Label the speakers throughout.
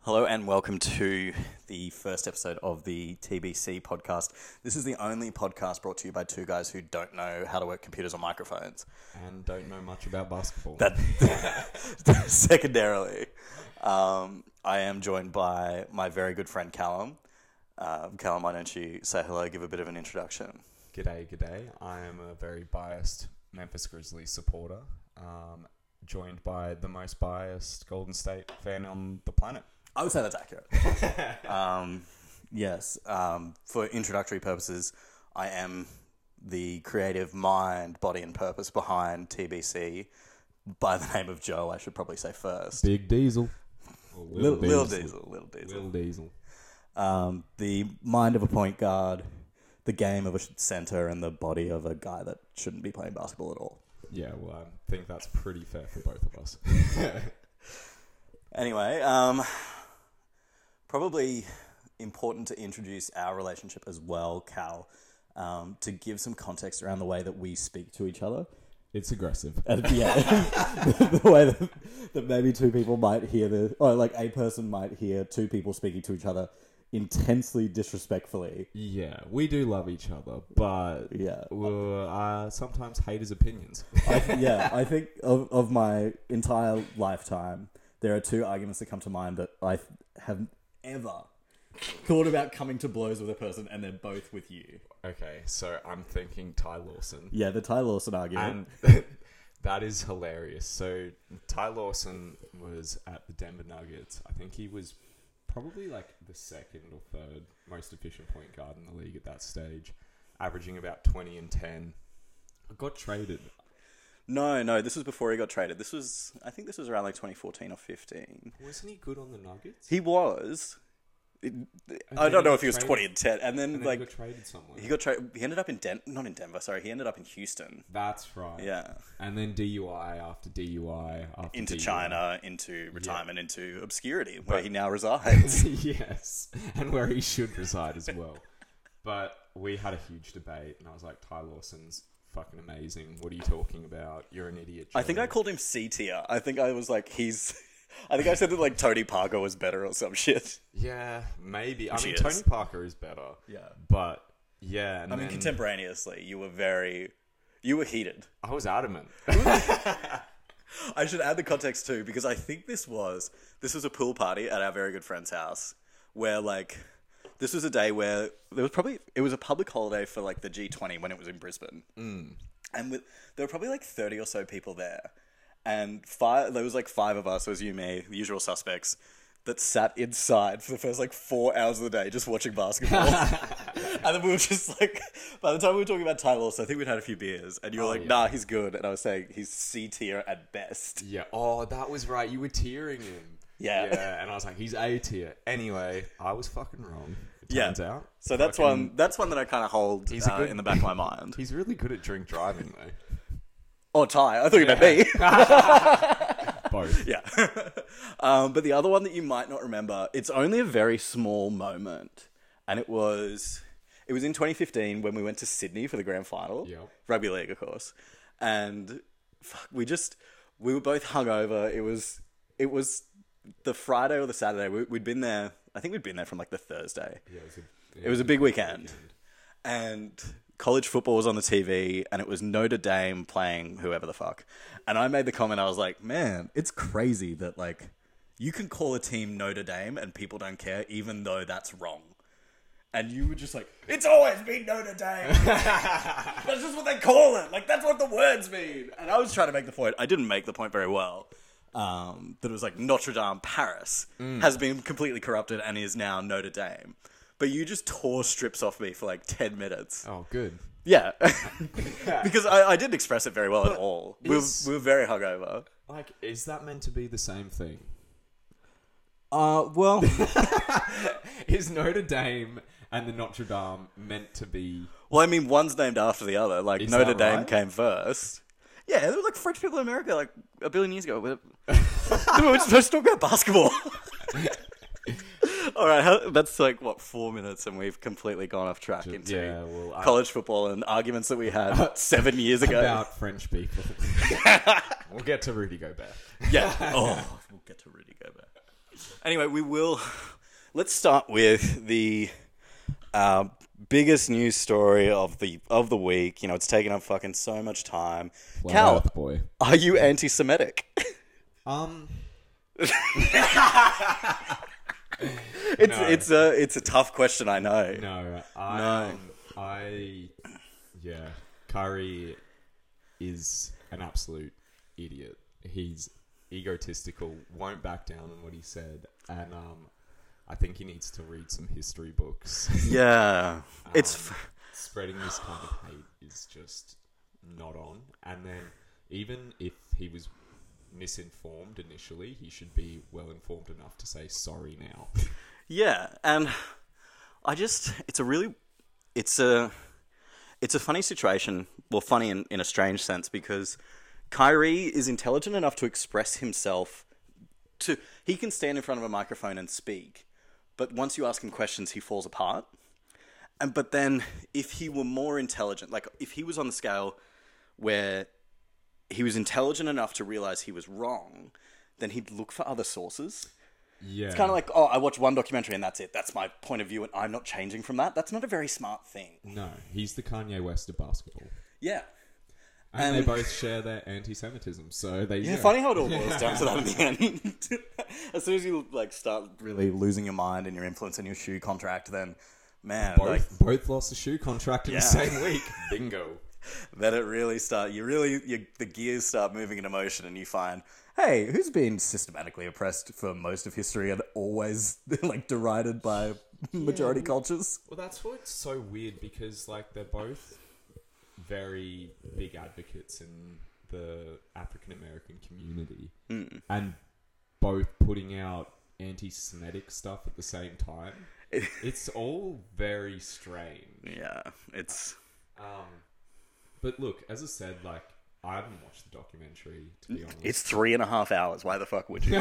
Speaker 1: Hello and welcome to the first episode of the TBC podcast. This is the only podcast brought to you by two guys who don't know how to work computers or microphones.
Speaker 2: and don't know much about basketball.
Speaker 1: That secondarily, um, I am joined by my very good friend Callum. Um, Callum, why don't you say hello? Give a bit of an introduction.
Speaker 2: g'day, g'day. I am a very biased Memphis Grizzlies supporter, um, joined by the most biased Golden State fan on the planet.
Speaker 1: I would say that's accurate. um, yes. Um, for introductory purposes, I am the creative mind, body, and purpose behind TBC by the name of Joe, I should probably say first.
Speaker 2: Big Diesel.
Speaker 1: Lil, Lil Diesel. Lil Diesel.
Speaker 2: Lil Diesel.
Speaker 1: Um, the mind of a point guard, the game of a center, and the body of a guy that shouldn't be playing basketball at all.
Speaker 2: Yeah, well, I think that's pretty fair for both of us.
Speaker 1: Anyway, um, probably important to introduce our relationship as well, Cal, um, to give some context around the way that we speak to each other.
Speaker 2: It's aggressive.
Speaker 1: And yeah, the way that, that maybe two people might hear the, or like a person might hear two people speaking to each other intensely disrespectfully.
Speaker 2: Yeah, we do love each other, but
Speaker 1: Yeah.
Speaker 2: we're, uh, sometimes hate his opinions.
Speaker 1: I, yeah, I think of, of my entire lifetime, there are two arguments that come to mind that I have ever thought about coming to blows with a person, and they're both with you.
Speaker 2: okay, so I'm thinking Ty Lawson.
Speaker 1: Yeah, the Ty Lawson argument.
Speaker 2: And that is hilarious. So Ty Lawson was at the Denver Nuggets. I think he was probably like the second or third most efficient point guard in the league at that stage, averaging about 20 and 10. Got traded.
Speaker 1: no, no, this was before he got traded. This was, I think, this was around like 2014 or 15.
Speaker 2: Wasn't he good on the Nuggets?
Speaker 1: He was. it- I
Speaker 2: then
Speaker 1: don't
Speaker 2: he
Speaker 1: know
Speaker 2: got
Speaker 1: if he was
Speaker 2: traded.
Speaker 1: 20 and 10, and then,
Speaker 2: And then
Speaker 1: like
Speaker 2: he got traded somewhere.
Speaker 1: he got traded. He ended up in Den, not in Denver. Sorry, he ended up in Houston.
Speaker 2: That's right.
Speaker 1: Yeah,
Speaker 2: And then DUI after DUI after
Speaker 1: into
Speaker 2: DUI.
Speaker 1: China, into retirement, into obscurity, where he now resides.
Speaker 2: yes, and where he should reside as well. But we had a huge debate, and I was like, Ty Lawson's fucking amazing. What are you talking about? You're an idiot.
Speaker 1: I think I called him C tier. I think I was like, he's. I think I said that like Tony Parker was better or some shit.
Speaker 2: Yeah, maybe. I
Speaker 1: Which
Speaker 2: mean,
Speaker 1: he is.
Speaker 2: Tony Parker is better.
Speaker 1: Yeah.
Speaker 2: But yeah, and
Speaker 1: I mean,
Speaker 2: then
Speaker 1: contemporaneously, you were very. You were heated.
Speaker 2: I was adamant.
Speaker 1: I should add the context too, because I think this was this was a pool party at our very good friend's house, where like this was a day where there was probably it was a public holiday for like the G twenty when it was in Brisbane, mm. and with there were probably like thirty or so people there, and five there was like five of us, it was you, me, the usual suspects. That sat inside for the first like four hours of the day just watching basketball. and then we were just like, by the time we were talking about Ty Lawson, I think we'd had a few beers. And you were like,
Speaker 2: yeah.
Speaker 1: nah, he's good. And I was saying, he's C tier at best.
Speaker 2: yeah. Oh, that was right. You were tearing him.
Speaker 1: Yeah.
Speaker 2: Yeah. And I was like, he's A tier. Anyway, I was fucking wrong. It
Speaker 1: Yeah.
Speaker 2: turns out.
Speaker 1: So that's
Speaker 2: Fucking-
Speaker 1: one. That's one that I kind of hold
Speaker 2: He's a
Speaker 1: uh,
Speaker 2: good-
Speaker 1: in the back of my mind.
Speaker 2: He's really good at drink driving, though.
Speaker 1: Oh, Ty. I thought you meant me.
Speaker 2: Both.
Speaker 1: yeah. um, but the other one that you might not remember, it's only a very small moment, and it was it was in 2015 when we went to Sydney for the grand final,
Speaker 2: Yep.
Speaker 1: rugby league, of course, and fuck, we just we were both hungover. It was it was the Friday or the Saturday. We, we'd been there. I think we'd been there from like the Thursday.
Speaker 2: Yeah, it was a-
Speaker 1: It was a big weekend. And college football was on the TV and it was Notre Dame playing whoever the fuck. And I made the comment I was like, "Man, it's crazy that like you can call a team Notre Dame and people don't care even though that's wrong." And you were just like, "It's always been Notre Dame." that's just what they call it. Like that's what the words mean. And I was trying to make the point. I didn't make the point very well. Um, that it was like Notre Dame Paris has been completely corrupted and is now Notre Dame. But you just tore strips off me for like ten minutes.
Speaker 2: Oh, good.
Speaker 1: Yeah, because I, I didn't express it very well at all. We were,
Speaker 2: is-
Speaker 1: we were very hungover.
Speaker 2: Like, is that meant to be the same thing?
Speaker 1: Uh, well,
Speaker 2: Is Notre Dame and the Notre Dame meant to be?
Speaker 1: well, I mean, one's named after the other. Like
Speaker 2: Is
Speaker 1: Notre
Speaker 2: that
Speaker 1: Dame
Speaker 2: right?
Speaker 1: came first. Yeah, there were like French people in America like a billion years ago. We we were supposed to talk about basketball. all right, how, that's like what four minutes, and we've completely gone off track into
Speaker 2: yeah, well, I-
Speaker 1: college football and arguments that we had seven years ago.
Speaker 2: About French people. we'll get to Rudy Gobert.
Speaker 1: Yeah. Oh, we'll get to Rudy Gobert. Anyway, we will. Let's start with the uh, biggest news story of the of the week. You know, it's taken up fucking so much time. Cal,
Speaker 2: Earth boy.
Speaker 1: are you anti-Semitic?
Speaker 2: Um,
Speaker 1: It's
Speaker 2: No.
Speaker 1: it's a it's a tough question. I know.
Speaker 2: no, I,
Speaker 1: No.
Speaker 2: um, I, yeah, Kyrie is an absolute idiot. He's egotistical, won't back down on what he said, and um, I think he needs to read some history books.
Speaker 1: Yeah,
Speaker 2: Um,
Speaker 1: it's f-
Speaker 2: spreading this kind of hate is just not on. And then, even if he was misinformed initially, he should be well informed enough to say sorry now.
Speaker 1: yeah, and I just it's a really it's a it's a funny situation. Well, funny in, in a strange sense because Kyrie is intelligent enough to express himself. To he can stand in front of a microphone and speak, but once you ask him questions, he falls apart. And but then if he were more intelligent, like if he was on the scale where he was intelligent enough to realize he was wrong, then he'd look for other sources.
Speaker 2: Yeah,
Speaker 1: Kind of like, oh, I watched one documentary and that's it. That's my point of view, and I'm not changing from that. That's not a very smart thing.
Speaker 2: no, he's the Kanye West of basketball,
Speaker 1: Yeah.
Speaker 2: and,
Speaker 1: And-
Speaker 2: they both share their anti-Semitism. So they
Speaker 1: Yeah, funny how it all boils down to that in the end. as soon as you like start really losing your mind and your influence and your shoe contract, then man,
Speaker 2: Both
Speaker 1: like
Speaker 2: both lost a shoe contract in
Speaker 1: Yeah.
Speaker 2: the same week. Bingo.
Speaker 1: then it really start you really you, the gears start moving in emotion, and you find, hey, who's been systematically oppressed for most of history and always like derided by majority cultures?
Speaker 2: Well, that's what's so weird because like they're both very big advocates in the African American community, and both putting out anti-Semitic stuff at the same time. it's all very strange.
Speaker 1: Yeah, it's
Speaker 2: Um, but look, as I said, like I haven't watched the documentary to be honest.
Speaker 1: it's three and a half hours. Why the fuck would you?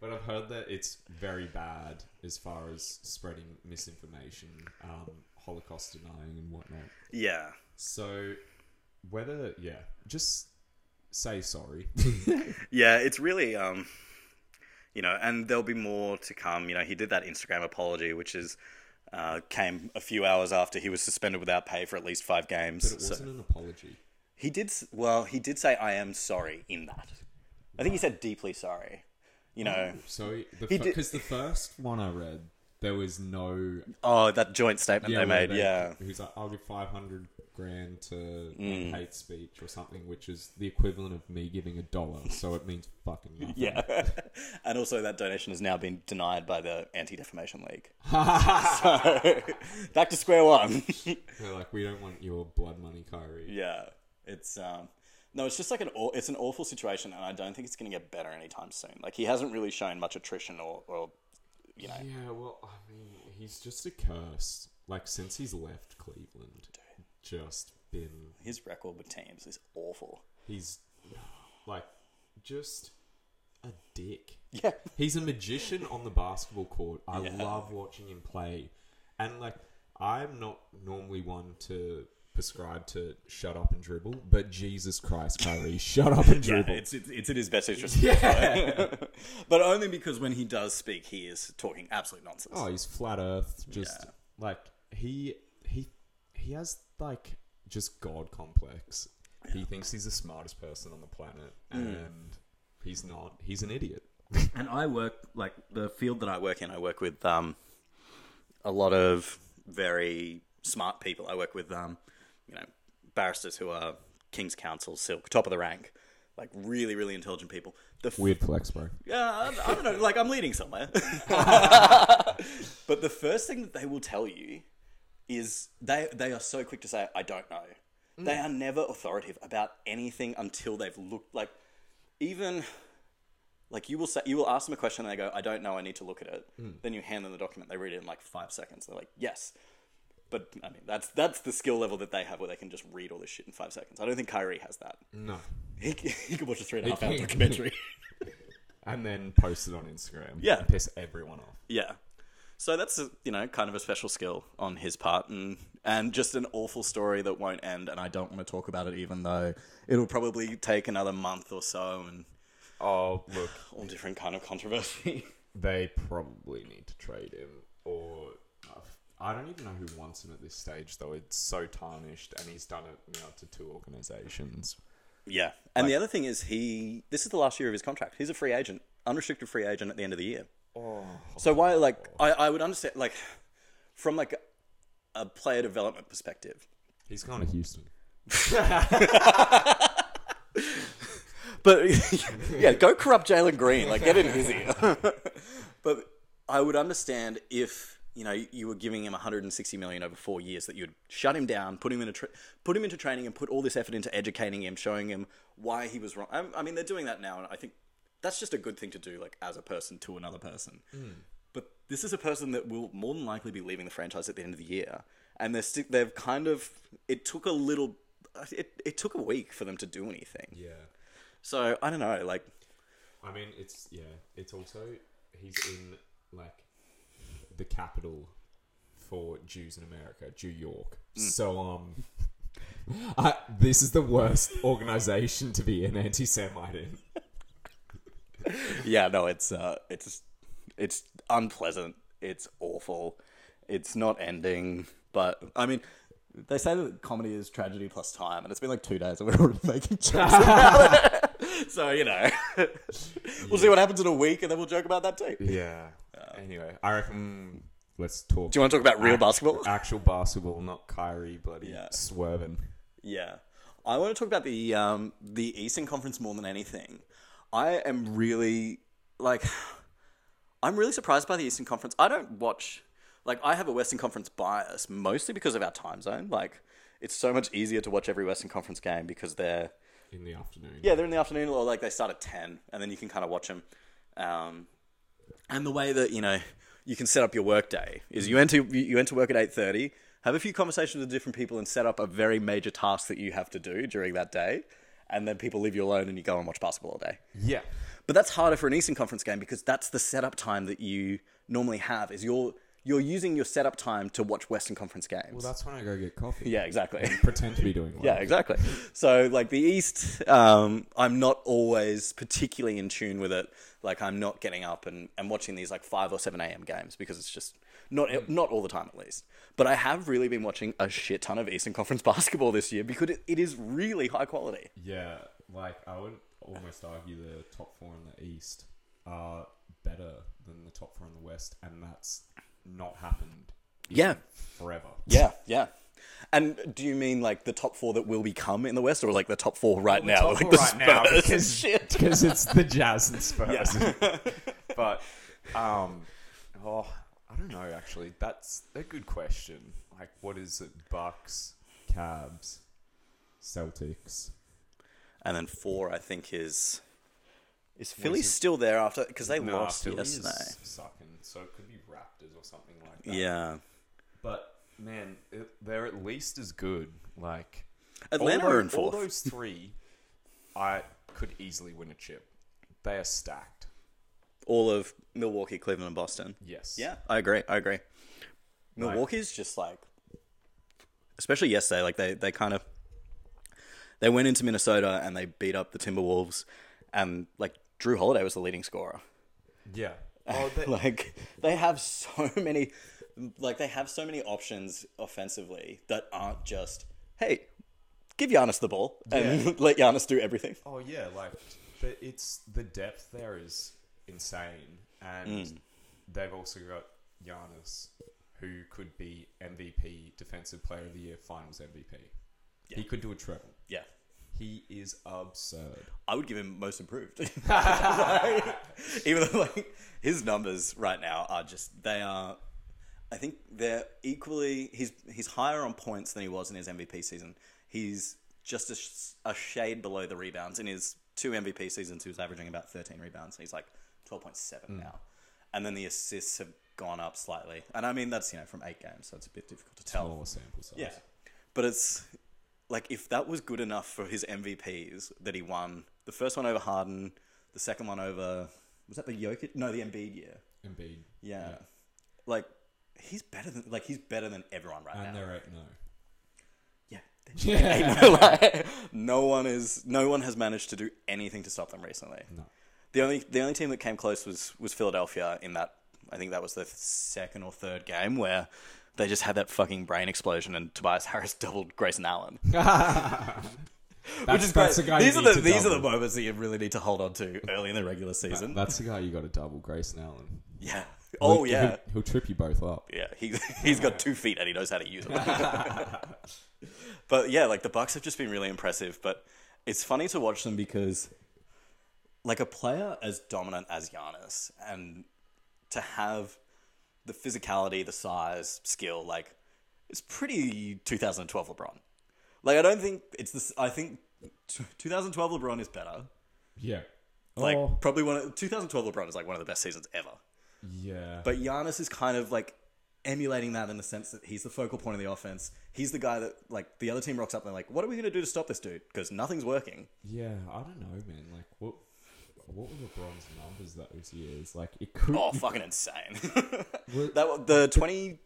Speaker 2: but I've heard that it's very bad as far as spreading misinformation, um, Holocaust denying, and whatnot.
Speaker 1: yeah,
Speaker 2: So, whether yeah, just say sorry.
Speaker 1: Yeah, it's really, um, you know, and there'll be more to come. You know, he did that Instagram apology, which is uh, came a few hours after he was suspended without pay for at least five
Speaker 2: but it
Speaker 1: games. So
Speaker 2: wasn't an apology.
Speaker 1: he did s- well. He did say, "I am sorry" in that. I think he said deeply sorry. You know,
Speaker 2: So the
Speaker 1: He did-
Speaker 2: because the first one I read, there was no
Speaker 1: oh, that joint statement they
Speaker 2: where
Speaker 1: made. yeah, Mm.
Speaker 2: Who's like, I'll give five hundred grand to like, hate speech or something, which is the equivalent of me giving a dollar. So it means fucking nothing.
Speaker 1: yeah, and also that donation has now been denied by the Anti Defamation League. so back to square one.
Speaker 2: They're like, we don't want your blood money, Kyrie.
Speaker 1: Yeah, it's um, no, it's just like an aw- it's an awful situation, and I don't think it's going to get better anytime soon. Like he hasn't really shown much attrition or, or you know,
Speaker 2: Yeah, well, I mean, he's just a curse. Like since he's left Cleveland, just been
Speaker 1: his record with teams is awful.
Speaker 2: He's like just a dick.
Speaker 1: Yeah,
Speaker 2: He's a magician on the basketball court. I love watching him play. And like I'm not normally one to prescribe to shut up and dribble, but Jesus Christ, Kyrie, shut up and
Speaker 1: yeah,
Speaker 2: dribble.
Speaker 1: it's, it's it's in his best interest, but only because when he does speak, he is talking absolute nonsense.
Speaker 2: Oh, he's flat Earth. Just
Speaker 1: Yeah.
Speaker 2: like he he he has like just God complex. He thinks he's the smartest person on the planet,
Speaker 1: Mm.
Speaker 2: and he's not. He's an idiot.
Speaker 1: And I work like the field that I work in. I work with um, a lot of very smart people. I work with um, you know barristers who are King's Counsel, Silk, top of the rank, like really, really intelligent people. The f-
Speaker 2: Weird flex, bro.
Speaker 1: yeah, I, I don't know, like I'm leading somewhere. but the first thing that they will tell you is they they are so quick to say I don't know. They are never authoritative about anything until they've looked like even like you will say you will ask them a question and they go I don't know I need to look at it. Then you hand them the document they read it in like 5 seconds. They're like yes. But I mean that's that's the skill level that they have where they can just read all this shit in 5 seconds. I don't think Kyrie has that.
Speaker 2: No.
Speaker 1: He, he could watch a three and a half hour
Speaker 2: can.
Speaker 1: documentary.
Speaker 2: And then post it on Instagram.
Speaker 1: Yeah.
Speaker 2: And piss everyone off.
Speaker 1: Yeah. So that's a, you know kind of a special skill on his part, and and just an awful story that won't end. And I don't want to talk about it, even though it'll probably take another month or so and
Speaker 2: Oh, look.
Speaker 1: all different kind of controversy.
Speaker 2: they probably need to trade him. Or I don't even know who wants him at this stage, though. It's so tarnished, and he's done it you know, to two organizations.
Speaker 1: Yeah. And the other thing is he this is the last year of his contract. He's a free agent, unrestricted free agent at the end of the year.
Speaker 2: Oh,
Speaker 1: So why like I, I would understand like from like a player development perspective.
Speaker 2: he's gone to Houston.
Speaker 1: But yeah, go corrupt Jalen Green. Like get in his ear. but I would understand if you know you were giving him 160 million over four years that you'd shut him down, put him in a tra- put him into training, and put all this effort into educating him, showing him why he was wrong. I, I mean, they're doing that now, and I think that's just a good thing to do, like as a person to another person. But this is a person that will more than likely be leaving the franchise at the end of the year, and they're sti- they've kind of it took a little. It, it took a week for them to do anything.
Speaker 2: Yeah,
Speaker 1: So, I don't know, like,
Speaker 2: I mean it's yeah, it's also he's in like the capital for Jews in America, Jew York. So um, I, this is the worst organization to be an anti-Semite in.
Speaker 1: yeah, no, it's uh, it's it's unpleasant. It's awful. It's not ending. But I mean, they say that comedy is tragedy plus time, and it's been like two days, and we're already making jokes about it. So you know, we'll see what happens in a week, and then we'll joke about that too. Do
Speaker 2: Yeah. anyway, I reckon let's talk.
Speaker 1: you want to talk
Speaker 2: Ah.
Speaker 1: about real basketball?
Speaker 2: actual basketball, not Kyrie bloody
Speaker 1: Yeah.
Speaker 2: swerving.
Speaker 1: Yeah, I want to talk about the um, the Eastern Conference more than anything. I am really like, I'm really surprised by the Eastern Conference. I don't watch like I have a Western Conference bias mostly because of our time zone. Like, it's so much easier to watch every Western Conference game because they're
Speaker 2: in the afternoon.
Speaker 1: yeah, they're in the afternoon, or like they start at ten, and then you can kind of watch them. Um, and the way that you know you can set up your work day is you enter you- you enter work at eight thirty, have a few conversations with different people, and set up a very major task that you have to do during that day. And then people leave you alone, and you go and watch basketball all day.
Speaker 2: Yeah.
Speaker 1: But that's harder for an Eastern Conference game because that's the setup time that you normally have. Is you're you're using your setup time to watch Western Conference games.
Speaker 2: Well, that's when I go get coffee.
Speaker 1: yeah, exactly.
Speaker 2: Pretend to be doing work.
Speaker 1: Yeah, exactly. So, like the East, um, I'm not always particularly in tune with it. Like, I'm not getting up and, and watching these like five or seven a.m. games because it's just not
Speaker 2: Hmm.
Speaker 1: not all the time at least. But I have really been watching a shit ton of Eastern Conference basketball this year because it, it is really high quality.
Speaker 2: Yeah. Like I would almost argue the top four in the East are better than the top four in the West, and that's not happened
Speaker 1: Yeah,
Speaker 2: forever.
Speaker 1: yeah, yeah. And do you mean like the top four that will become in the West, or like the top four right now?
Speaker 2: top
Speaker 1: like
Speaker 2: four
Speaker 1: the
Speaker 2: right now,
Speaker 1: Spurs and
Speaker 2: because-
Speaker 1: shit.
Speaker 2: Because it's the Jazz and Spurs. but um, oh, I don't know. Actually, that's a good question. Like, what is it? Bucks, Cavs, Celtics.
Speaker 1: And then four, I think, is is Philly still there after because they lost yesterday.
Speaker 2: Sucking, so it could be Raptors or something like that.
Speaker 1: Yeah,
Speaker 2: but man, it, they're at least as good. Like
Speaker 1: Atlanta
Speaker 2: all
Speaker 1: are
Speaker 2: tho-
Speaker 1: in fourth.
Speaker 2: All those three, I could easily win a chip. They are stacked.
Speaker 1: All of Milwaukee, Cleveland, and Boston.
Speaker 2: Yes.
Speaker 1: Yeah, I agree. I agree. Milwaukee's just like, especially yesterday, like they they kind of they went into Minnesota and they beat up the Timberwolves, and like Drew Holiday was the leading scorer.
Speaker 2: Yeah. Oh, they,
Speaker 1: like they have so many like they have so many options offensively that aren't just hey give Giannis the ball and let Giannis do everything
Speaker 2: Oh yeah, like the, it's the depth there is insane, and
Speaker 1: Mm.
Speaker 2: they've also got Giannis, who could be MVP, Defensive Player of the Year, Finals MVP. He could do a treble.
Speaker 1: yeah
Speaker 2: He is absurd.
Speaker 1: I would give him most improved even though like his numbers right now are just they are I think they're equally he's he's higher on points than he was in his MVP season he's just a, sh- a shade below the rebounds in his two MVP seasons he was averaging about 13 rebounds he's like 12.7 now and then the assists have gone up slightly and I mean that's you know from 8 games so it's a bit difficult to tell
Speaker 2: Smaller sample size.
Speaker 1: yeah. But it's like if that was good enough for his MVPs that he won, the first one over Harden, the second one over was that the Jokic? No, the Embiid year.
Speaker 2: Embiid,
Speaker 1: Yeah. Like he's better than like he's better than everyone right
Speaker 2: and oh.
Speaker 1: now.
Speaker 2: they're eight no.
Speaker 1: Yeah.
Speaker 2: Yeah.
Speaker 1: Like, no one is no one has managed to do anything to stop them recently.
Speaker 2: no.
Speaker 1: The only the only team that came close was was Philadelphia in that I think that was the second or third game where they just had that fucking brain explosion and Tobias Harris doubled Grayson Allen.
Speaker 2: That's,
Speaker 1: Which is
Speaker 2: that's
Speaker 1: great.
Speaker 2: the guy.
Speaker 1: these
Speaker 2: you
Speaker 1: are
Speaker 2: need
Speaker 1: the
Speaker 2: to
Speaker 1: these are the
Speaker 2: double.
Speaker 1: moments that you really need to hold on to early in the regular season.
Speaker 2: That's the guy you got to double, Grayson Allen.
Speaker 1: yeah. Oh
Speaker 2: He'll-
Speaker 1: yeah.
Speaker 2: he'll, he'll trip you both up.
Speaker 1: Yeah, he he's got two feet and he knows how to use them. but yeah, like the Bucks have just been really impressive. But it's funny to watch them because, like a player as dominant as Giannis, and to have the physicality, the size, skill, like it's pretty 2012 LeBron. Like I don't think it's this. I think t- 2012 LeBron is better.
Speaker 2: Yeah.
Speaker 1: Like
Speaker 2: Oh,
Speaker 1: probably one of 2012 LeBron is like one of the best seasons ever.
Speaker 2: yeah.
Speaker 1: But Giannis is kind of like emulating that in the sense that he's the focal point of the offense. He's the guy that like the other team rocks up and they're like, "What are we going to do to stop this dude?" Because nothing's working.
Speaker 2: yeah, I don't know, man. Like, what what were LeBron's numbers those years? Like, it could.
Speaker 1: Oh, fucking insane! that wa- the 20,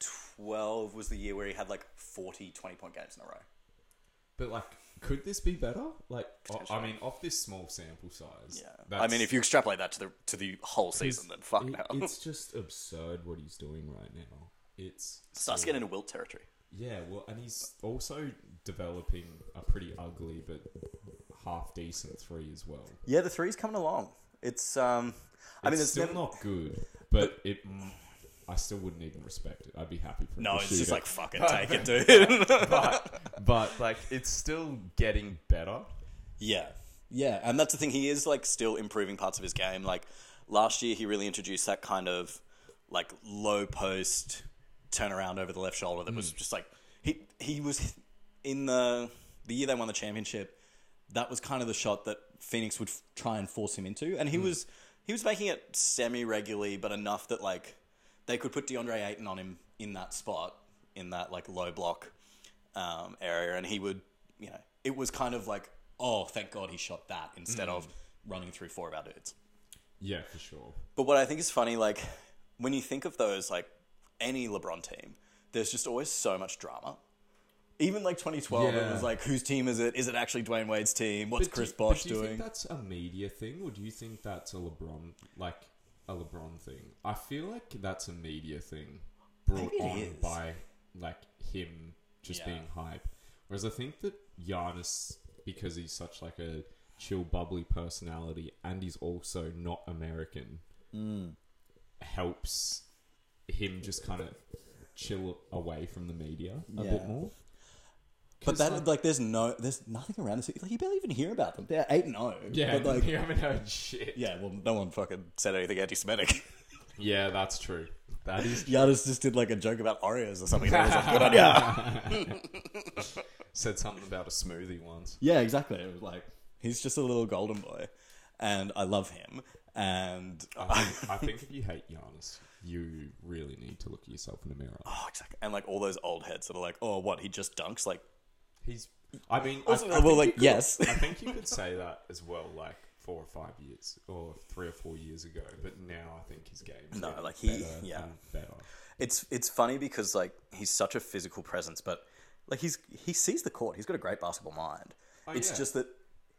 Speaker 1: 2012 was the year where he had like 40 20 point games in a row.
Speaker 2: But like, could this be better? Like, o- I mean, off this small sample size.
Speaker 1: Yeah, I
Speaker 2: that's-
Speaker 1: mean, if you extrapolate that to the to the whole season, then fuck
Speaker 2: it-
Speaker 1: no,
Speaker 2: it's just absurd what he's doing right now. It's
Speaker 1: starts
Speaker 2: so-
Speaker 1: getting into wilt territory.
Speaker 2: yeah, well, and he's also developing a pretty ugly but half decent three as well.
Speaker 1: Yeah, the three's coming along. It's um, I mean,
Speaker 2: it's
Speaker 1: it's
Speaker 2: still
Speaker 1: never,
Speaker 2: not good, but it. mm, I still wouldn't even respect it. I'd be happy for him
Speaker 1: no,
Speaker 2: to
Speaker 1: it's
Speaker 2: shoot
Speaker 1: just
Speaker 2: it.
Speaker 1: like fucking take it, dude.
Speaker 2: but, but like it's still getting better.
Speaker 1: Yeah. Yeah. And that's the thing. He is like still improving parts of his game. Like last year, he really introduced that kind of like low post turnaround over the left shoulder that was just like he, he was in the, the year they won the championship. That was kind of the shot that Phoenix would f- try and force him into. And he was, he was making it semi regularly, but enough that like they could put DeAndre Ayton on him in that spot, in that like low block um, area, and he would, you know, it was kind of like, oh, thank God he shot that
Speaker 2: Mm.
Speaker 1: instead of running through four of our dudes.
Speaker 2: Yeah, for sure.
Speaker 1: But what I think is funny, like when you think of those, like any LeBron team, there's just always so much drama. Even like 2012, it
Speaker 2: Yeah.
Speaker 1: was like, whose team is it? Is it actually Dwayne Wade's team? What's
Speaker 2: But
Speaker 1: Chris
Speaker 2: do, but
Speaker 1: Bosh
Speaker 2: do you
Speaker 1: doing?
Speaker 2: Think that's a media thing, or do you think that's a LeBron like a LeBron thing? I feel like that's a media thing brought
Speaker 1: Maybe it
Speaker 2: on
Speaker 1: is.
Speaker 2: by like him just
Speaker 1: Yeah.
Speaker 2: being hype. Whereas I think that Giannis, because he's such like a chill, bubbly personality, and he's also not American,
Speaker 1: Mm.
Speaker 2: helps him just kind of chill away from the media a
Speaker 1: Yeah.
Speaker 2: bit more.
Speaker 1: but
Speaker 2: 'Cause,
Speaker 1: that, like, there's no, there's nothing around this. Like, you barely even hear about them. They're 8 and 0.
Speaker 2: yeah,
Speaker 1: But, like,
Speaker 2: you haven't heard shit.
Speaker 1: yeah, well, no one fucking said anything anti Semitic.
Speaker 2: Yeah, that's true. That is.
Speaker 1: Giannis just did like a joke about Oreos or something. And I was like, good on ya.
Speaker 2: Said something about a smoothie once.
Speaker 1: Yeah, exactly. It was like he's just a little golden boy, and I love him. And
Speaker 2: I think, I think if you hate Giannis, you really need to look at yourself in the mirror.
Speaker 1: oh, exactly. And like all those old heads that are like, oh, what he just dunks. Like,
Speaker 2: He's. I mean, I-
Speaker 1: also,
Speaker 2: I,
Speaker 1: well,
Speaker 2: think
Speaker 1: like
Speaker 2: you could-
Speaker 1: yes,
Speaker 2: I think you could say that as well, like four or five years, or three or four years ago. But now I think his game. is
Speaker 1: No,
Speaker 2: getting
Speaker 1: like, he-
Speaker 2: better
Speaker 1: yeah.
Speaker 2: and better.
Speaker 1: it's it's funny because like he's such a physical presence, but like he's he sees the court. He's got a great basketball mind. it's
Speaker 2: yeah.
Speaker 1: just that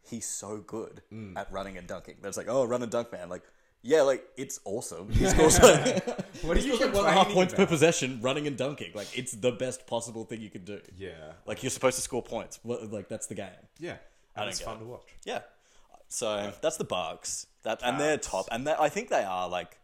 Speaker 1: he's so good at running and dunking. That's like, oh, run and dunk, man. Like. Yeah, like it's awesome. He scores like
Speaker 2: What are you
Speaker 1: one and a half points per possession, running and dunking. Like it's the best possible thing you can do.
Speaker 2: Yeah,
Speaker 1: Like you're supposed to score points. What- Like that's the game.
Speaker 2: yeah,
Speaker 1: don't
Speaker 2: and it's
Speaker 1: get
Speaker 2: fun
Speaker 1: it.
Speaker 2: to watch.
Speaker 1: Yeah. So that's the Bucks. That and they're top, and that, I think they are like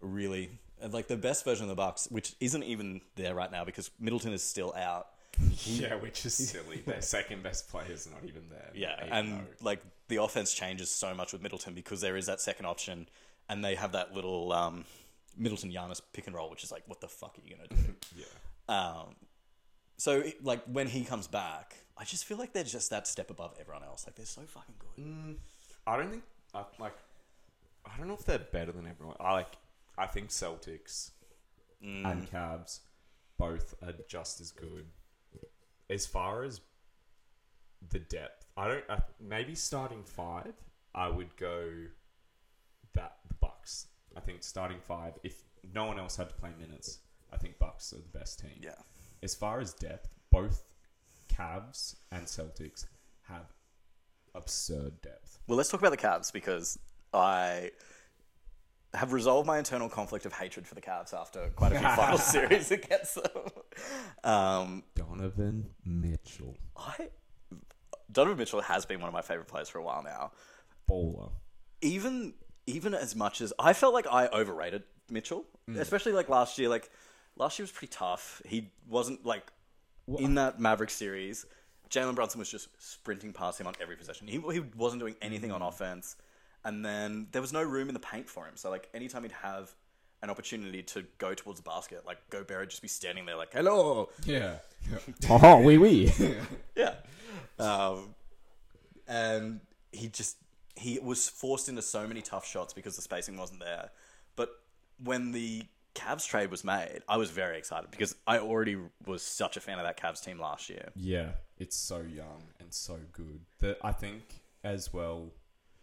Speaker 1: really and, like the best version of the Bucks, which isn't even there right now because Middleton is still out.
Speaker 2: Yeah, which is silly. Their second best player is not even there.
Speaker 1: Yeah,
Speaker 2: Eight
Speaker 1: and
Speaker 2: oh.
Speaker 1: like the offense changes so much with Middleton because there is that second option, and they have that little um, Middleton Giannis pick and roll, which is like, what the fuck are you gonna do?
Speaker 2: yeah,
Speaker 1: Um, so, it- like, when he comes back, I just feel like they're just that step above everyone else. Like, they're so fucking good.
Speaker 2: I don't think I, like I don't know if they're better than everyone. I like I think Celtics and Cavs both are just as good. As far as the depth, I don't. I, maybe starting five, I would go that the Bucks. I think starting five, if no one else had to play minutes, I think Bucks are the best team.
Speaker 1: Yeah.
Speaker 2: As far as depth, both Cavs and Celtics have absurd depth.
Speaker 1: Well, let's talk about the Cavs because I have resolved my internal conflict of hatred for the Cavs after quite a few final series against them. Um,
Speaker 2: Donovan Mitchell,
Speaker 1: I Donovan Mitchell has been one of my favorite players for a while now.
Speaker 2: baller.
Speaker 1: Even even as much as I felt like I overrated Mitchell, especially like last year. Like last year was pretty tough. He wasn't like in that Maverick series. Jalen Brunson was just sprinting past him on every possession. He, he wasn't doing anything on offense, and then there was no room in the paint for him. So like anytime he'd have an opportunity to go towards the basket, like Gobert would just be standing there like, "Hello,
Speaker 2: Yeah. oh, wee wee.
Speaker 1: yeah. Um, and he just he was forced into so many tough shots because the spacing wasn't there. But when the Cavs trade was made, I was very excited because I already was such a fan of that Cavs team last year.
Speaker 2: Yeah, it's so young and so good that I think as well,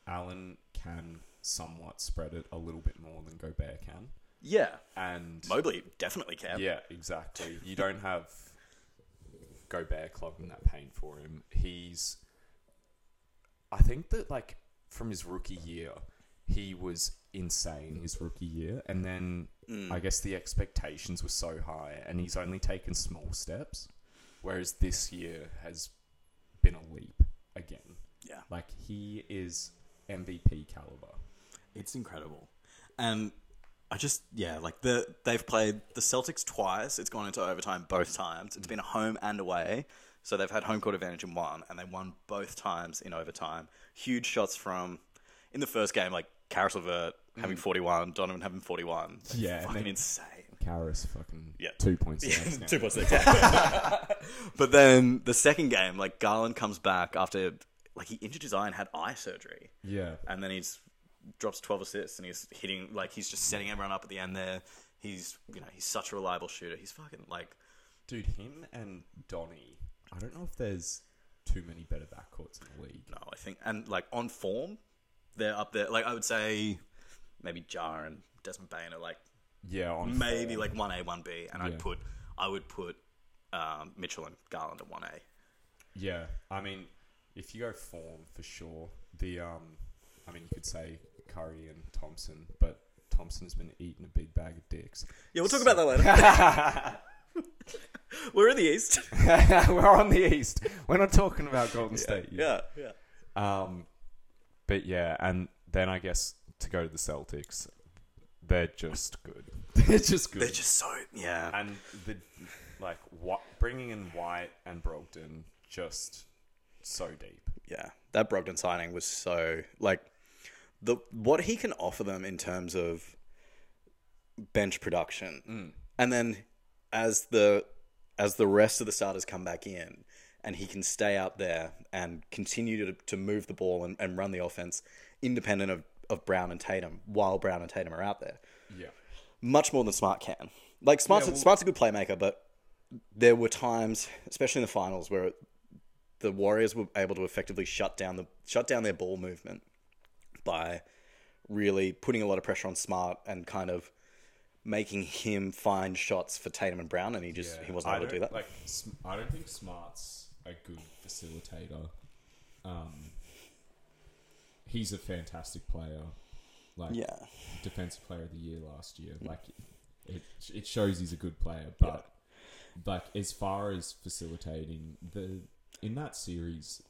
Speaker 2: Allen can somewhat spread it a little bit more than Gobert can.
Speaker 1: Yeah,
Speaker 2: And
Speaker 1: Mobley definitely can.
Speaker 2: yeah, exactly. You don't have Gobert clogging that paint for him. He's, I think that like from his rookie year, he was insane Mm. his rookie year, and then I guess the expectations were so high, and he's only taken small steps, whereas this year has been a leap again.
Speaker 1: Yeah.
Speaker 2: Like he is MVP caliber.
Speaker 1: It's incredible. And I just yeah, like the they've played the Celtics twice. It's gone into overtime both times. It's been a home and away. So they've had home court advantage in one and they won both times in overtime. Huge shots from in the first game like Karis LeVert having 41, Donovan having 41. Like,
Speaker 2: Mm. Yeah, and
Speaker 1: Fucking
Speaker 2: they-
Speaker 1: insane.
Speaker 2: Karis fucking
Speaker 1: Yeah.
Speaker 2: two points. against now.
Speaker 1: 2.6. but then the second game like Garland comes back after like he injured his eye and had eye surgery
Speaker 2: Yeah.
Speaker 1: and then he's drops 12 assists and he's hitting like he's just setting everyone up at the end there he's you know he's such a reliable shooter he's fucking like
Speaker 2: Dude, him and Donny. I don't know if there's too many better backcourts in the league.
Speaker 1: no i think and like on form they're up there like i would say maybe jar and desmond bain are like
Speaker 2: Yeah, on
Speaker 1: maybe like 1a 1b and
Speaker 2: Yeah.
Speaker 1: i'd put i would put um, mitchell and garland at 1a
Speaker 2: Yeah, I mean, if you go form for sure, the um, I mean, you could say Curry and Thompson, but Thompson has been eating a big bag of dicks.
Speaker 1: yeah we'll talk about that later we're in the east
Speaker 2: We're on the East. We're not talking about Golden State. yet.
Speaker 1: yeah yeah
Speaker 2: Um, but yeah, and then I guess to go to the Celtics, they're just good. they're just good.
Speaker 1: they're just so yeah
Speaker 2: and the like what bringing in White and Brogdon just so deep.
Speaker 1: yeah, that Brogdon signing was so like the what he can offer them in terms of bench production, and then as the as the rest of the starters come back in, and he can stay out there and continue to, to move the ball and, and run the offense independent of, of Brown and Tatum while Brown and Tatum are out there,
Speaker 2: Yeah,
Speaker 1: much more than Smart can. Like Smart's
Speaker 2: Yeah, well-
Speaker 1: Smart's a good playmaker, but there were times, especially in the finals, where the Warriors were able to effectively shut down the shut down their ball movement by really putting a lot of pressure on Smart and kind of making him find shots for Tatum and Brown, and he just he wasn't
Speaker 2: I
Speaker 1: able to do
Speaker 2: don't-
Speaker 1: that.
Speaker 2: Like Sm- I don't think Smart's a good facilitator. Um, he's a fantastic player. Like
Speaker 1: yeah,
Speaker 2: defensive player of the year last year. Like it, it shows he's a good player, but like as far as facilitating the in that series,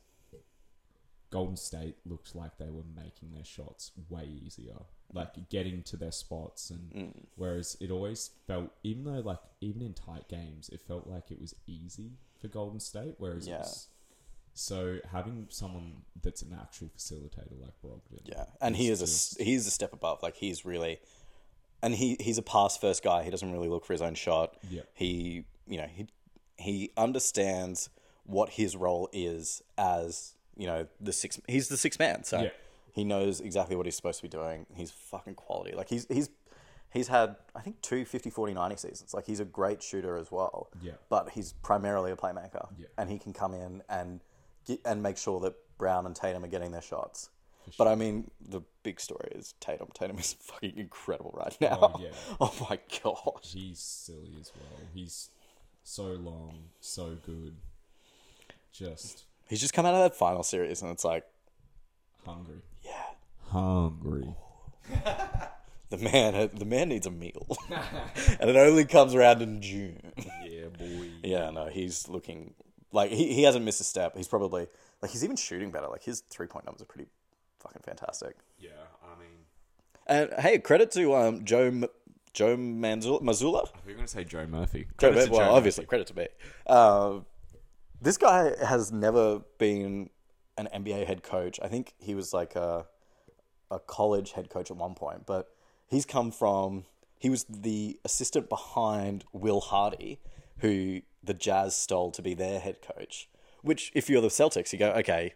Speaker 2: Golden State looked like they were making their shots way easier, like getting to their spots, and whereas it always felt, even though like even in tight games, it felt like it was easy for Golden State, whereas it
Speaker 1: Yeah.
Speaker 2: was. So having someone that's an actual facilitator like Brogdon,
Speaker 1: yeah, and he is a s- he is a step above. Like he's really, and he he's a pass first guy. He doesn't really look for his own shot.
Speaker 2: Yeah.
Speaker 1: he you know he he understands what his role is as you know the six he's the six man so
Speaker 2: Yeah.
Speaker 1: he knows exactly what he's supposed to be doing he's fucking quality like he's he's he's had i think two 50 40 90 seasons like he's a great shooter as well
Speaker 2: Yeah.
Speaker 1: but he's primarily a playmaker
Speaker 2: Yeah.
Speaker 1: and he can come in and get, and make sure that brown and tatum are getting their shots but I mean, the big story is Tatum. Tatum is fucking incredible right now.
Speaker 2: Oh, yeah.
Speaker 1: oh my god.
Speaker 2: he's silly as well. He's so long, so good, just
Speaker 1: He's just come out of that final series and it's like,
Speaker 2: hungry,
Speaker 1: yeah,
Speaker 2: hungry.
Speaker 1: The man, the man needs a meal, and it only comes around in June.
Speaker 2: Yeah, boy.
Speaker 1: Yeah, no, he's looking like he, he hasn't missed a step. He's probably like he's even shooting better. Like his three point numbers are pretty fucking fantastic.
Speaker 2: Yeah, I mean,
Speaker 1: And hey, credit to um Joe M- Joe Manzula, Mazzulla?
Speaker 2: we're gonna say Joe Murphy.
Speaker 1: Joe
Speaker 2: Credit
Speaker 1: Manzula.
Speaker 2: to
Speaker 1: Well,
Speaker 2: Joe
Speaker 1: obviously, credit to me. Um, this guy has never been an NBA head coach. I think he was like a a college head coach at one point, but he's come from. He was the assistant behind Will Hardy, who the Jazz stole to be their head coach. Which, if you're the Celtics, you go, okay,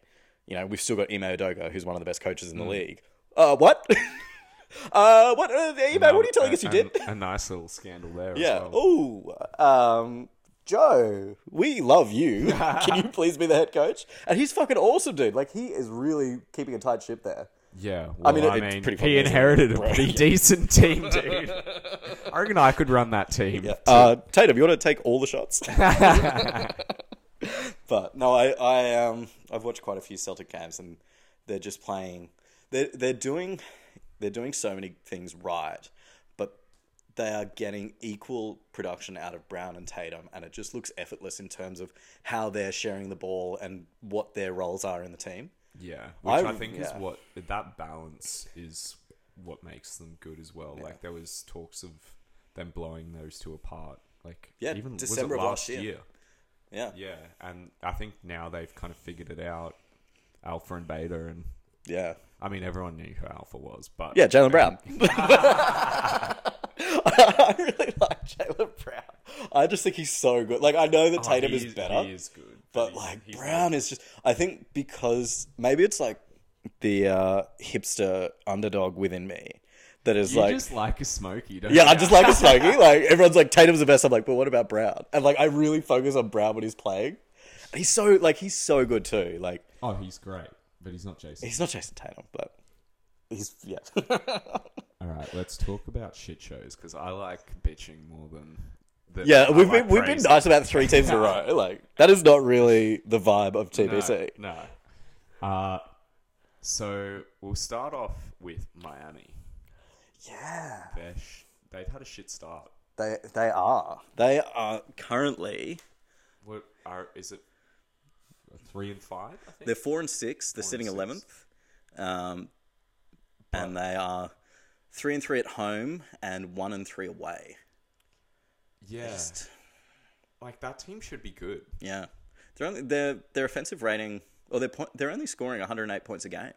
Speaker 1: you know, we've still got Ime Odoga, who's one of the best coaches
Speaker 2: Hmm.
Speaker 1: in the league. Uh, what? uh, what? Uh, Ime, what are you telling
Speaker 2: a-
Speaker 1: us you did?
Speaker 2: A, a nice little scandal there.
Speaker 1: Yeah.
Speaker 2: As well.
Speaker 1: Oh, um, Joe, we love you. Can you please be the head coach? And he's fucking awesome, dude. Like he is really keeping a tight ship there.
Speaker 2: Yeah. Well,
Speaker 1: mean, it- it's pretty fucking
Speaker 2: he inherited a
Speaker 1: easy, bro.
Speaker 2: pretty decent team, dude. I reckon I could run that team.
Speaker 1: Uh, Tatum, you want to take all the shots? but no, I, I um, I've watched quite a few Celtic games, and they're just playing. They're they're doing they're doing so many things right, but they are getting equal production out of Brown and Tatum, and it just looks effortless in terms of how they're sharing the ball and what their roles are in the team.
Speaker 2: Yeah, which I,
Speaker 1: I-
Speaker 2: think is
Speaker 1: yeah.
Speaker 2: what that balance is what makes them good as well. Like there was talks of them blowing those two apart. Like
Speaker 1: Yeah,
Speaker 2: even was it
Speaker 1: December of
Speaker 2: last
Speaker 1: last year. Yeah, yeah,
Speaker 2: Yeah, and I think now they've kind of figured it out. Alpha and Beta, and
Speaker 1: yeah,
Speaker 2: I mean everyone knew who Alpha was, but
Speaker 1: Jalen Brown. I really like Jalen Brown. I just think he's so good. Like I know that
Speaker 2: Oh,
Speaker 1: Tatum
Speaker 2: he
Speaker 1: is better,
Speaker 2: He is good,
Speaker 1: But
Speaker 2: he-
Speaker 1: like
Speaker 2: he's
Speaker 1: Brown is just I think because maybe it's like the uh, hipster underdog within me that is
Speaker 2: You
Speaker 1: like
Speaker 2: just like a smoky, don't
Speaker 1: yeah,
Speaker 2: you?
Speaker 1: I just like a smoky. Like everyone's like Tatum's the best. I'm like, but what about Brown? And like I really focus on Brown when he's playing. And he's so like he's so good too. Like
Speaker 2: Oh, he's great, but he's not Jason.
Speaker 1: he's not Jason Tatum, but he's yeah.
Speaker 2: All right, let's talk about shit shows because I like bitching more than. than
Speaker 1: yeah,
Speaker 2: I
Speaker 1: we've
Speaker 2: like
Speaker 1: been we've been
Speaker 2: praising.
Speaker 1: nice about three teams in a row. Like that is not really the vibe of
Speaker 2: No,
Speaker 1: TBC.
Speaker 2: No. Uh, so we'll start off with Miami.
Speaker 1: Yeah.
Speaker 2: They're sh- they've had a shit start.
Speaker 1: They they are. They are currently
Speaker 2: What are is it? Three and five. I think?
Speaker 1: They're four and six. They're sitting
Speaker 2: six.
Speaker 1: eleventh, um, and they are three and three at home and one and three away.
Speaker 2: Yeah,
Speaker 1: Just-
Speaker 2: like that team should be good.
Speaker 1: yeah, their only, their their offensive rating or their point they're only scoring one hundred and eight points a game.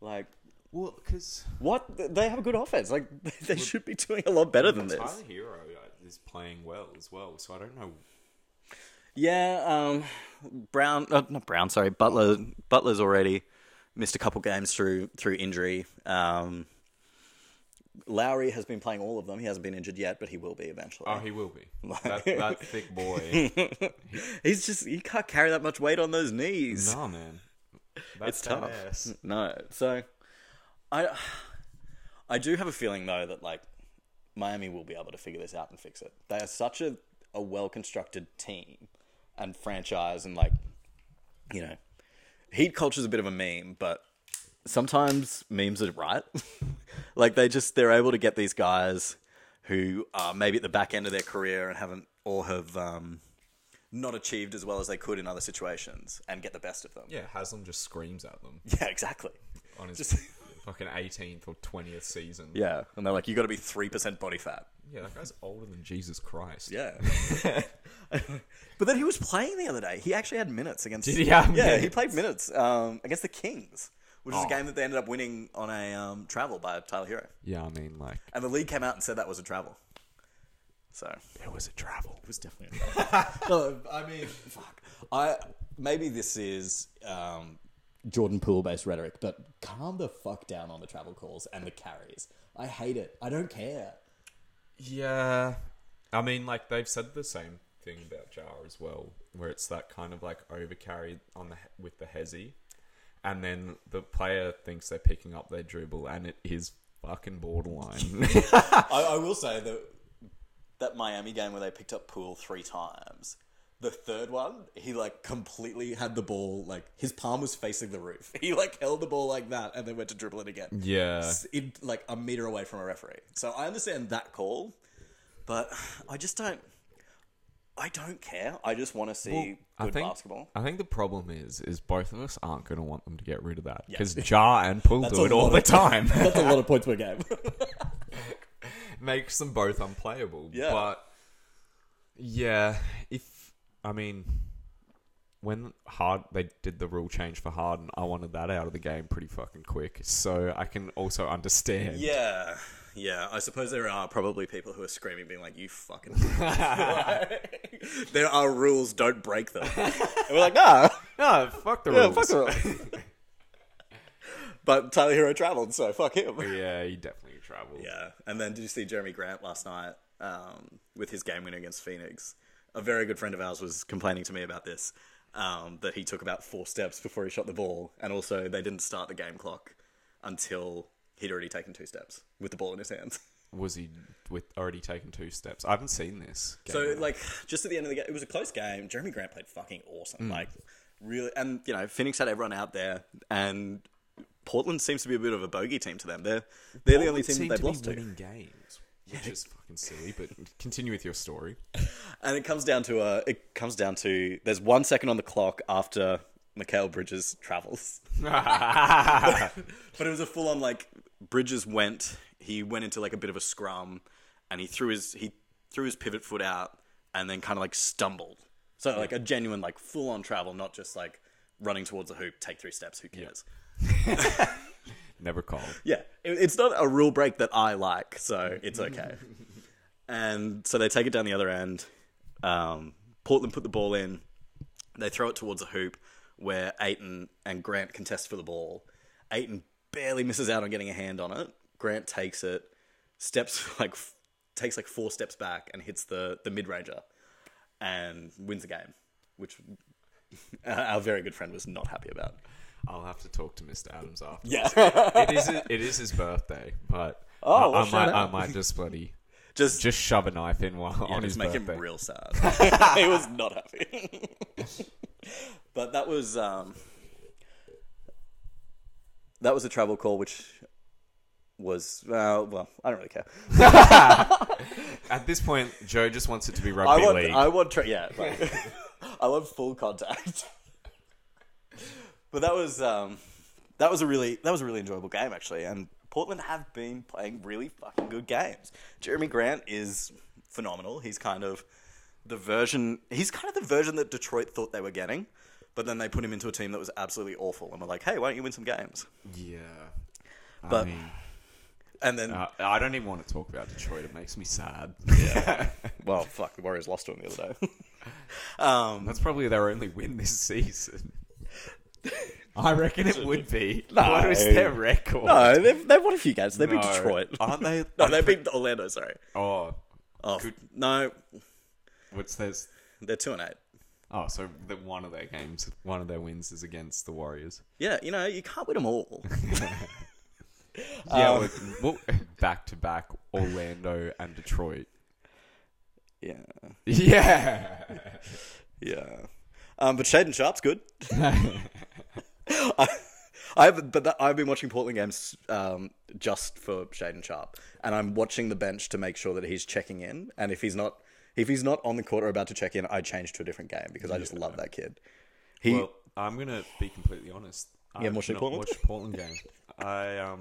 Speaker 1: Like
Speaker 2: Well, because
Speaker 1: what? They have a good offense. Like they should be doing a lot better than
Speaker 2: Tyler
Speaker 1: this.
Speaker 2: Hero uh, is playing well as well, so I don't know.
Speaker 1: Yeah, um, Brown, uh, not Brown. Sorry, Butler. Butler's already missed a couple games through through injury. Um, Lowry has been playing all of them. He hasn't been injured yet, but he will be eventually.
Speaker 2: Oh, he will be that, that thick boy.
Speaker 1: He's just he can't carry that much weight on those knees.
Speaker 2: nah, man,
Speaker 1: it's
Speaker 2: that's
Speaker 1: tough.
Speaker 2: that ass.
Speaker 1: No, so I I do have a feeling though that like Miami will be able to figure this out and fix it. They are such a, a well constructed team and franchise and like you know heat culture is a bit of a meme, but sometimes memes are right. like they just they're able to get these guys who are maybe at the back end of their career and haven't or have um, not achieved as well as they could in other situations and get the best of them.
Speaker 2: Yeah, Haslam just screams at them
Speaker 1: yeah exactly.
Speaker 2: on his
Speaker 1: Just-
Speaker 2: fucking 18th or 20th season.
Speaker 1: Yeah, and they're like, you got to be three percent body fat.
Speaker 2: Yeah, that guy's older than Jesus Christ.
Speaker 1: Yeah. but then he was playing the other day. He actually had minutes against.
Speaker 2: Did he have
Speaker 1: Yeah, he
Speaker 2: minutes?
Speaker 1: played minutes um, against the Kings, which is
Speaker 2: Oh.
Speaker 1: a game that they ended up winning on a um, travel by Tyler Hero,
Speaker 2: Yeah, I mean, like,
Speaker 1: and the league came out and said that was a travel. So it
Speaker 2: it was a travel.
Speaker 1: was definitely. A travel. no, I mean, fuck. I maybe this is. Um, Jordan Poole based rhetoric, but calm the fuck down on the travel calls and the carries. I hate it. I don't care.
Speaker 2: Yeah. I mean, like, they've said the same thing about Jar as well, where it's that kind of like overcarry on the he- with the hezzy, and then the player thinks they're picking up their dribble, and it is fucking borderline.
Speaker 1: I, I will say that that Miami game where they picked up Poole three times, The third one, he like completely had the ball like his palm was facing the roof. He like held the ball like that and then went to dribble it again.
Speaker 2: Yeah.
Speaker 1: s- in, like a meter away from a referee. So I understand that call, but I just don't. I don't care. I just want to see good
Speaker 2: I think
Speaker 1: basketball.
Speaker 2: I think the problem is is both of us aren't going to want them to get rid of that
Speaker 1: Yeah.
Speaker 2: because Jar and Pool
Speaker 1: That's
Speaker 2: do
Speaker 1: a
Speaker 2: it all
Speaker 1: lot
Speaker 2: the
Speaker 1: of-
Speaker 2: time.
Speaker 1: That's a lot of points per game.
Speaker 2: Makes them both unplayable.
Speaker 1: Yeah.
Speaker 2: But yeah, if I mean when hard they did the rule change for Harden, I wanted that out of the game pretty fucking quick. So I can also understand.
Speaker 1: yeah, yeah. I suppose there are probably people who are screaming, being like, "You fucking!" there are rules. Don't break them. and we're like, nah.
Speaker 2: No, fuck the
Speaker 1: Yeah,
Speaker 2: rules.
Speaker 1: fuck the rules. But Tyler Hero traveled, so fuck him.
Speaker 2: yeah, he definitely traveled.
Speaker 1: Yeah, and then did you see Jeremy Grant last night um, with his game win against Phoenix? A very good friend of ours was complaining to me about this um, that he took about four steps before he shot the ball, and also they didn't start the game clock until he'd already taken two steps with the ball in his hands.
Speaker 2: Was he with already taken two steps? I haven't seen this. game
Speaker 1: So
Speaker 2: yet.
Speaker 1: like just at the end of the game, it was a close game. Jeremy Grant played fucking
Speaker 2: Mm.
Speaker 1: awesome. Like really, and you know Phoenix had everyone out there, and Portland seems to be a bit of a bogey team to them. They're they're the only
Speaker 2: Portland
Speaker 1: team
Speaker 2: seem
Speaker 1: that they've
Speaker 2: to be
Speaker 1: lost to.
Speaker 2: winning games, which is fucking silly. But continue with your story.
Speaker 1: And it comes down to uh It comes down to there's one second on the clock after Mikhail Bridges travels, but it was a full on like Bridges went. He went into like a bit of a scrum, and he threw his he threw his pivot foot out, and then kind of like stumbled. So like a genuine like full on travel, not just like running towards a hoop, take three steps. Who cares?
Speaker 2: Never called.
Speaker 1: Yeah, it- it's not a rule break that I like, so it's okay. and so they take it down the other end. Um, Portland put the ball in. They throw it towards a hoop where Aiton and Grant contest for the ball. Aiton barely misses out on getting a hand on it. Grant takes it, steps like f- takes like four steps back and hits the the mid ranger, and wins the game, which our very good friend was not happy about.
Speaker 2: I'll have to talk to Mr. Adams after.
Speaker 1: Yeah,
Speaker 2: it is. It is his birthday, but
Speaker 1: Oh,
Speaker 2: I,
Speaker 1: well,
Speaker 2: I
Speaker 1: shout
Speaker 2: might. I
Speaker 1: out.
Speaker 2: might just bloody
Speaker 1: just
Speaker 2: just shove a knife in while on his
Speaker 1: just make
Speaker 2: birthday.
Speaker 1: him real sad. he was not happy. but that was um, that was a travel call, which was uh, well, I don't really care.
Speaker 2: At this point, Joe just wants it to be
Speaker 1: I
Speaker 2: rugby
Speaker 1: want,
Speaker 2: league.
Speaker 1: I want, tra- yeah, like, I want full contact. but that was um, that was a really that was a really enjoyable game actually, and Portland have been playing really fucking good games. Jeremy Grant is phenomenal. He's kind of the version. He's kind of the version that Detroit thought they were getting, but then they put him into a team that was absolutely awful, and were like, "Hey, why don't you win some games?"
Speaker 2: yeah. I
Speaker 1: But-
Speaker 2: mean,
Speaker 1: And then,
Speaker 2: uh, I don't even want to talk about Detroit. It makes me sad.
Speaker 1: well, fuck, the Warriors lost to him the other day. um,
Speaker 2: That's probably their only win this season. I reckon it would be.
Speaker 1: No.
Speaker 2: What is their record?
Speaker 1: no, they've, they've won a few games. They've been
Speaker 2: No.
Speaker 1: Detroit.
Speaker 2: Aren't they?
Speaker 1: No, they beat Orlando. Sorry.
Speaker 2: Oh,
Speaker 1: Oh
Speaker 2: Good.
Speaker 1: no,
Speaker 2: what's this?
Speaker 1: they're two and eight.
Speaker 2: Oh, so the, one of their games, one of their wins is against the Warriors.
Speaker 1: Yeah, you know you can't win them all. Um,
Speaker 2: Yeah, with- well, back to back Orlando and Detroit.
Speaker 1: yeah,
Speaker 2: Yeah.
Speaker 1: yeah. Um, but Shaden Sharp's good. I, I've but that, I've been watching Portland games um, just for Shaden Sharp, and I'm watching the bench to make sure that he's checking in. And if he's not, if he's not on the court or about to check in, I change to a different game because I just love that kid. He
Speaker 2: Well, I'm gonna be completely honest.
Speaker 1: haven't
Speaker 2: I've
Speaker 1: watched any
Speaker 2: not
Speaker 1: Portland?
Speaker 2: watched Portland game. I um,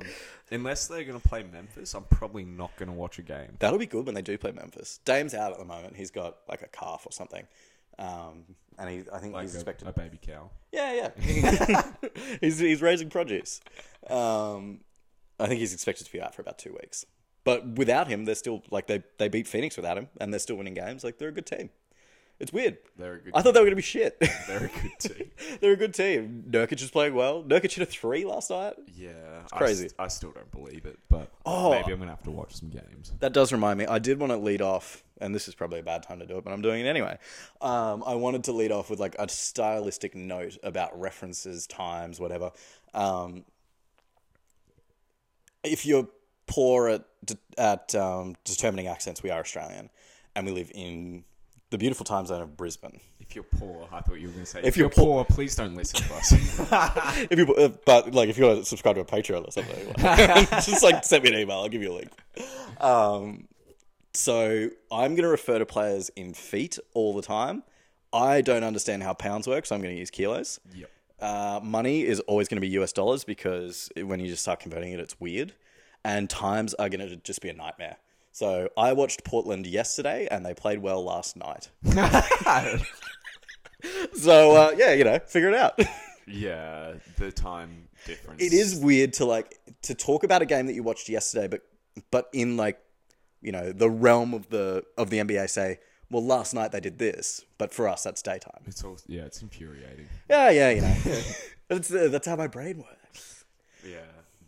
Speaker 2: unless they're gonna play Memphis, I'm probably not gonna watch a game.
Speaker 1: That'll be good when they do play Memphis. Dame's out at the moment. He's got like a calf or something. Um, and he, I think he's
Speaker 2: Like
Speaker 1: expected.
Speaker 2: a, a baby cow.
Speaker 1: Yeah, yeah. he's, he's raising produce. Um, I think he's expected to be out for about two weeks. But without him, they're still like they, they beat Phoenix without him, and they're still winning games. Like they're a good team. It's weird.
Speaker 2: They're a good.
Speaker 1: I thought they were going to be shit.
Speaker 2: they're a good team.
Speaker 1: they're a good team. Nurkic is playing well. Nurkic hit a three last night.
Speaker 2: Yeah, it's
Speaker 1: crazy.
Speaker 2: I, still don't believe it, but
Speaker 1: Oh.
Speaker 2: maybe I'm gonna have to watch some games.
Speaker 1: That does remind me. I did want to lead off, and this is probably a bad time to do it, but I'm doing it anyway. Um, I wanted to lead off with like a stylistic note about references, times, whatever. Um, if you're poor at de- at um, determining accents, we are Australian, and we live in the the beautiful time zone of Brisbane.
Speaker 2: If you're poor, I thought you were going to say. If,
Speaker 1: you're
Speaker 2: you're, poor, please don't listen to us.
Speaker 1: If you, uh, but like, if you want to subscribe to a Patreon or something, like, just like send me an email. I'll give you a link. Um, so I'm going to refer to players in feet all the time. I don't understand how pounds work, so I'm going to use kilos.
Speaker 2: yep.
Speaker 1: Uh, money is always going to be US dollars because when you just start converting it, it's weird. And times are going to just be a nightmare. So I watched Portland yesterday, and they played well last night. So uh, yeah, you know, figure it out.
Speaker 2: yeah, the time difference.
Speaker 1: it is weird to like to talk about a game that you watched yesterday, but but in like you know the realm of the of the NBA, say, well, last night they did this, but for us that's daytime.
Speaker 2: It's all. Yeah, it's infuriating.
Speaker 1: Yeah, yeah, you know, that's uh, that's how my brain works.
Speaker 2: Yeah,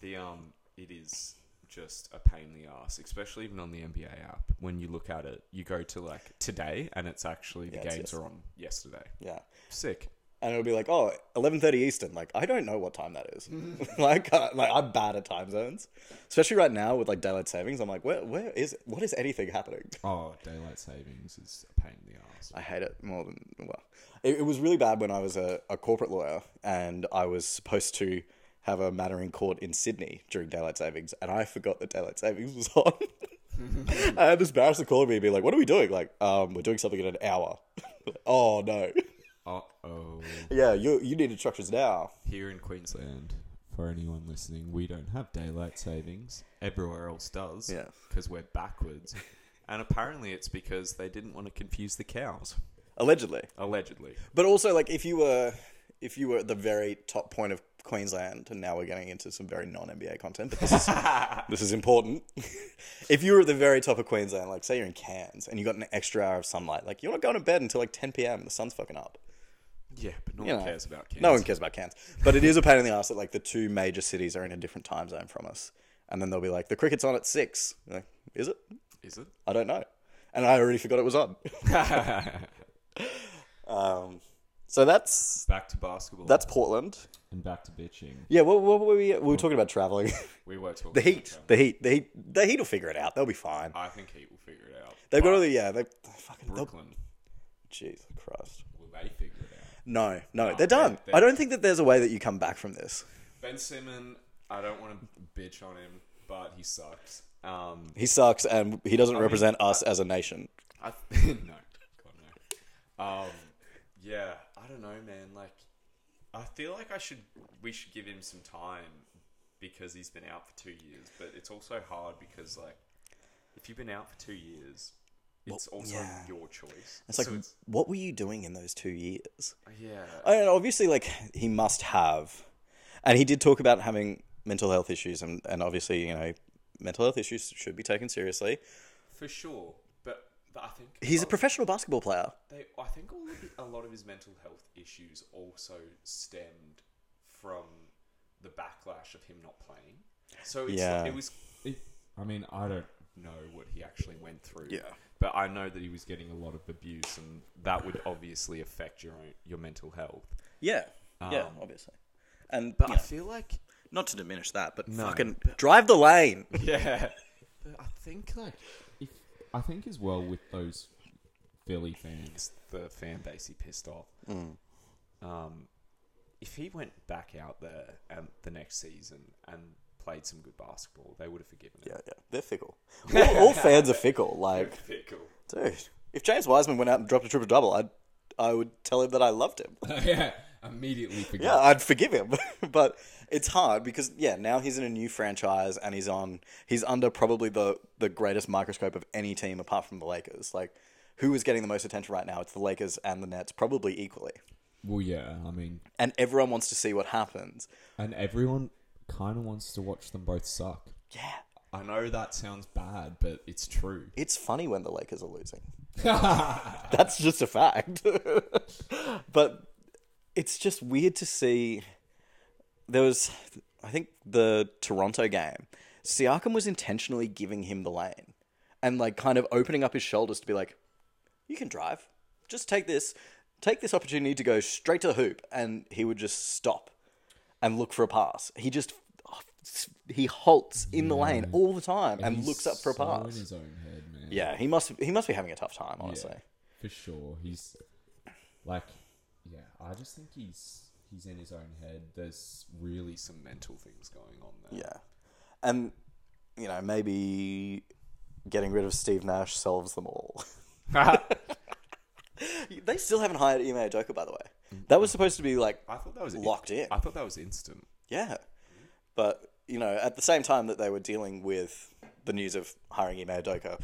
Speaker 2: the um, it is just a pain in the ass, especially even on the NBA app. When you look at it, you go to like today, and it's actually the
Speaker 1: it's
Speaker 2: games
Speaker 1: yes-
Speaker 2: are on yesterday.
Speaker 1: Yeah,
Speaker 2: Sick.
Speaker 1: and it'll be like, oh, 11.30 Eastern. Like I don't know what time that is. like, I, like I'm bad at time zones, especially right now with like daylight savings. I'm like, where where is what is anything happening?
Speaker 2: Oh, daylight savings is a pain in the ass.
Speaker 1: I hate it more than well. It, it was really bad when I was a, a corporate lawyer and I was supposed to have a matter in court in Sydney during daylight savings, and I forgot that daylight savings was on. I had this barrister call me and be like, "What are we doing?" Like, um, we're doing something in an hour. oh no!
Speaker 2: Uh oh.
Speaker 1: yeah, you you need instructions now.
Speaker 2: Here in Queensland, for anyone listening, we don't have daylight savings. Everywhere else does.
Speaker 1: Yeah.
Speaker 2: Because we're backwards. and apparently, it's because they didn't want to confuse the cows.
Speaker 1: Allegedly,
Speaker 2: Allegedly.
Speaker 1: but also like if you were if you were at the very top point of Queensland, and now we're getting into some very non NBA content, but this is this is important. if you were at the very top of Queensland, like say you're in Cairns, and you got an extra hour of sunlight, like you're not going to bed until like 10 p.m. The sun's fucking up.
Speaker 2: Yeah, but no
Speaker 1: You
Speaker 2: one
Speaker 1: know.
Speaker 2: cares about cows.
Speaker 1: No one cares about Cairns, but it is a pain in the ass that like the two major cities are in a different time zone from us, and then they'll be like, the cricket's on at six. You're like, is it?
Speaker 2: Is it?
Speaker 1: I don't know, and I already forgot it was on. um, so that's
Speaker 2: Back to basketball.
Speaker 1: that's Portland.
Speaker 2: and back to bitching.
Speaker 1: Yeah, what, what were we? We were talking about traveling.
Speaker 2: We were talking.
Speaker 1: the heat, the heat, the heat, the heat will figure it out. They'll be fine.
Speaker 2: I think Heat will figure it out.
Speaker 1: They've got all the yeah. They they fucking. they'll-
Speaker 2: Brooklyn.
Speaker 1: Jesus Christ.
Speaker 2: Will they figure it out?
Speaker 1: No, no, Oh, they're done.
Speaker 2: they- they-
Speaker 1: I don't think that there's a way that you come back from this.
Speaker 2: Ben Simmons. I don't want to bitch on him, but he sucks. Um,
Speaker 1: He sucks, and he doesn't represent us as a nation.
Speaker 2: I th- no, God no. Um, yeah, I don't know, man. Like, I feel like I should. We should give him some time because he's been out for two years. But it's also hard because, like, if you've been out for two years, it's also
Speaker 1: yeah.
Speaker 2: your choice.
Speaker 1: It's like,
Speaker 2: so it's,
Speaker 1: what were you doing in those two years?
Speaker 2: yeah,
Speaker 1: I don't know, obviously, like he must have, and he did talk about having mental health issues, and, and obviously, you know, mental health issues should be taken seriously.
Speaker 2: for sure. But, but I think
Speaker 1: He's a
Speaker 2: oh,
Speaker 1: professional basketball player.
Speaker 2: They, I think all of the, a lot of his mental health issues also stemmed from the backlash of him not playing. So it's
Speaker 1: Yeah.
Speaker 2: it was. It, I mean, I don't know what he actually went through. But I know that he was getting a lot of abuse, and that would obviously affect your own, your mental health.
Speaker 1: yeah, yeah,
Speaker 2: Um,
Speaker 1: obviously, and
Speaker 2: But
Speaker 1: you
Speaker 2: I
Speaker 1: know,
Speaker 2: feel like,
Speaker 1: not to diminish that, but
Speaker 2: No.
Speaker 1: fucking drive the lane.
Speaker 2: yeah. But I think like, if, I think as well with those Philly fans, the fan base he pissed off.
Speaker 1: Mm.
Speaker 2: um, if he went back out there and the next season and played some good basketball, they would have forgiven him.
Speaker 1: Yeah, yeah, they're fickle. All, all fans are fickle. Like,
Speaker 2: Fickle.
Speaker 1: dude, if James Wiseman went out and dropped a triple double, I'd I would tell him that I loved him.
Speaker 2: yeah, immediately forgive.
Speaker 1: Yeah, I'd forgive him. but it's hard because yeah, now he's in a new franchise and he's on he's under probably the the greatest microscope of any team apart from the Lakers. Like, who is getting the most attention right now? It's the Lakers and the Nets, probably equally.
Speaker 3: Well, yeah, I mean,
Speaker 1: And everyone wants to see what happens.
Speaker 3: and everyone kind of wants to watch them both suck.
Speaker 1: Yeah,
Speaker 2: I know that sounds bad, but it's true.
Speaker 1: it's funny when the Lakers are losing. That's just a fact. but it's just weird to see. There was, I think, the Toronto game. Siakam was intentionally giving him the lane and, like, kind of opening up his shoulders to be like, you can drive. Just take this. Take this opportunity to go straight to the hoop. And he would just stop and look for a pass. He just. oh, He halts in the lane all the time and,
Speaker 3: He's
Speaker 1: looks up for a
Speaker 3: so
Speaker 1: pass.
Speaker 3: in his own head, man.
Speaker 1: Yeah, he must he must be having a tough time, honestly.
Speaker 3: for sure. He's like, yeah, I just think he's he's in his own head. There's really
Speaker 2: Some mental things going on there.
Speaker 1: Yeah. And, you know, maybe getting rid of Steve Nash solves them all. they still haven't hired Ime Joker, by the way. That was supposed to be like,
Speaker 2: I thought that was
Speaker 1: Locked in.
Speaker 2: I thought that was instant.
Speaker 1: yeah. But, you know, at the same time that they were dealing with the news of hiring Ime Joker,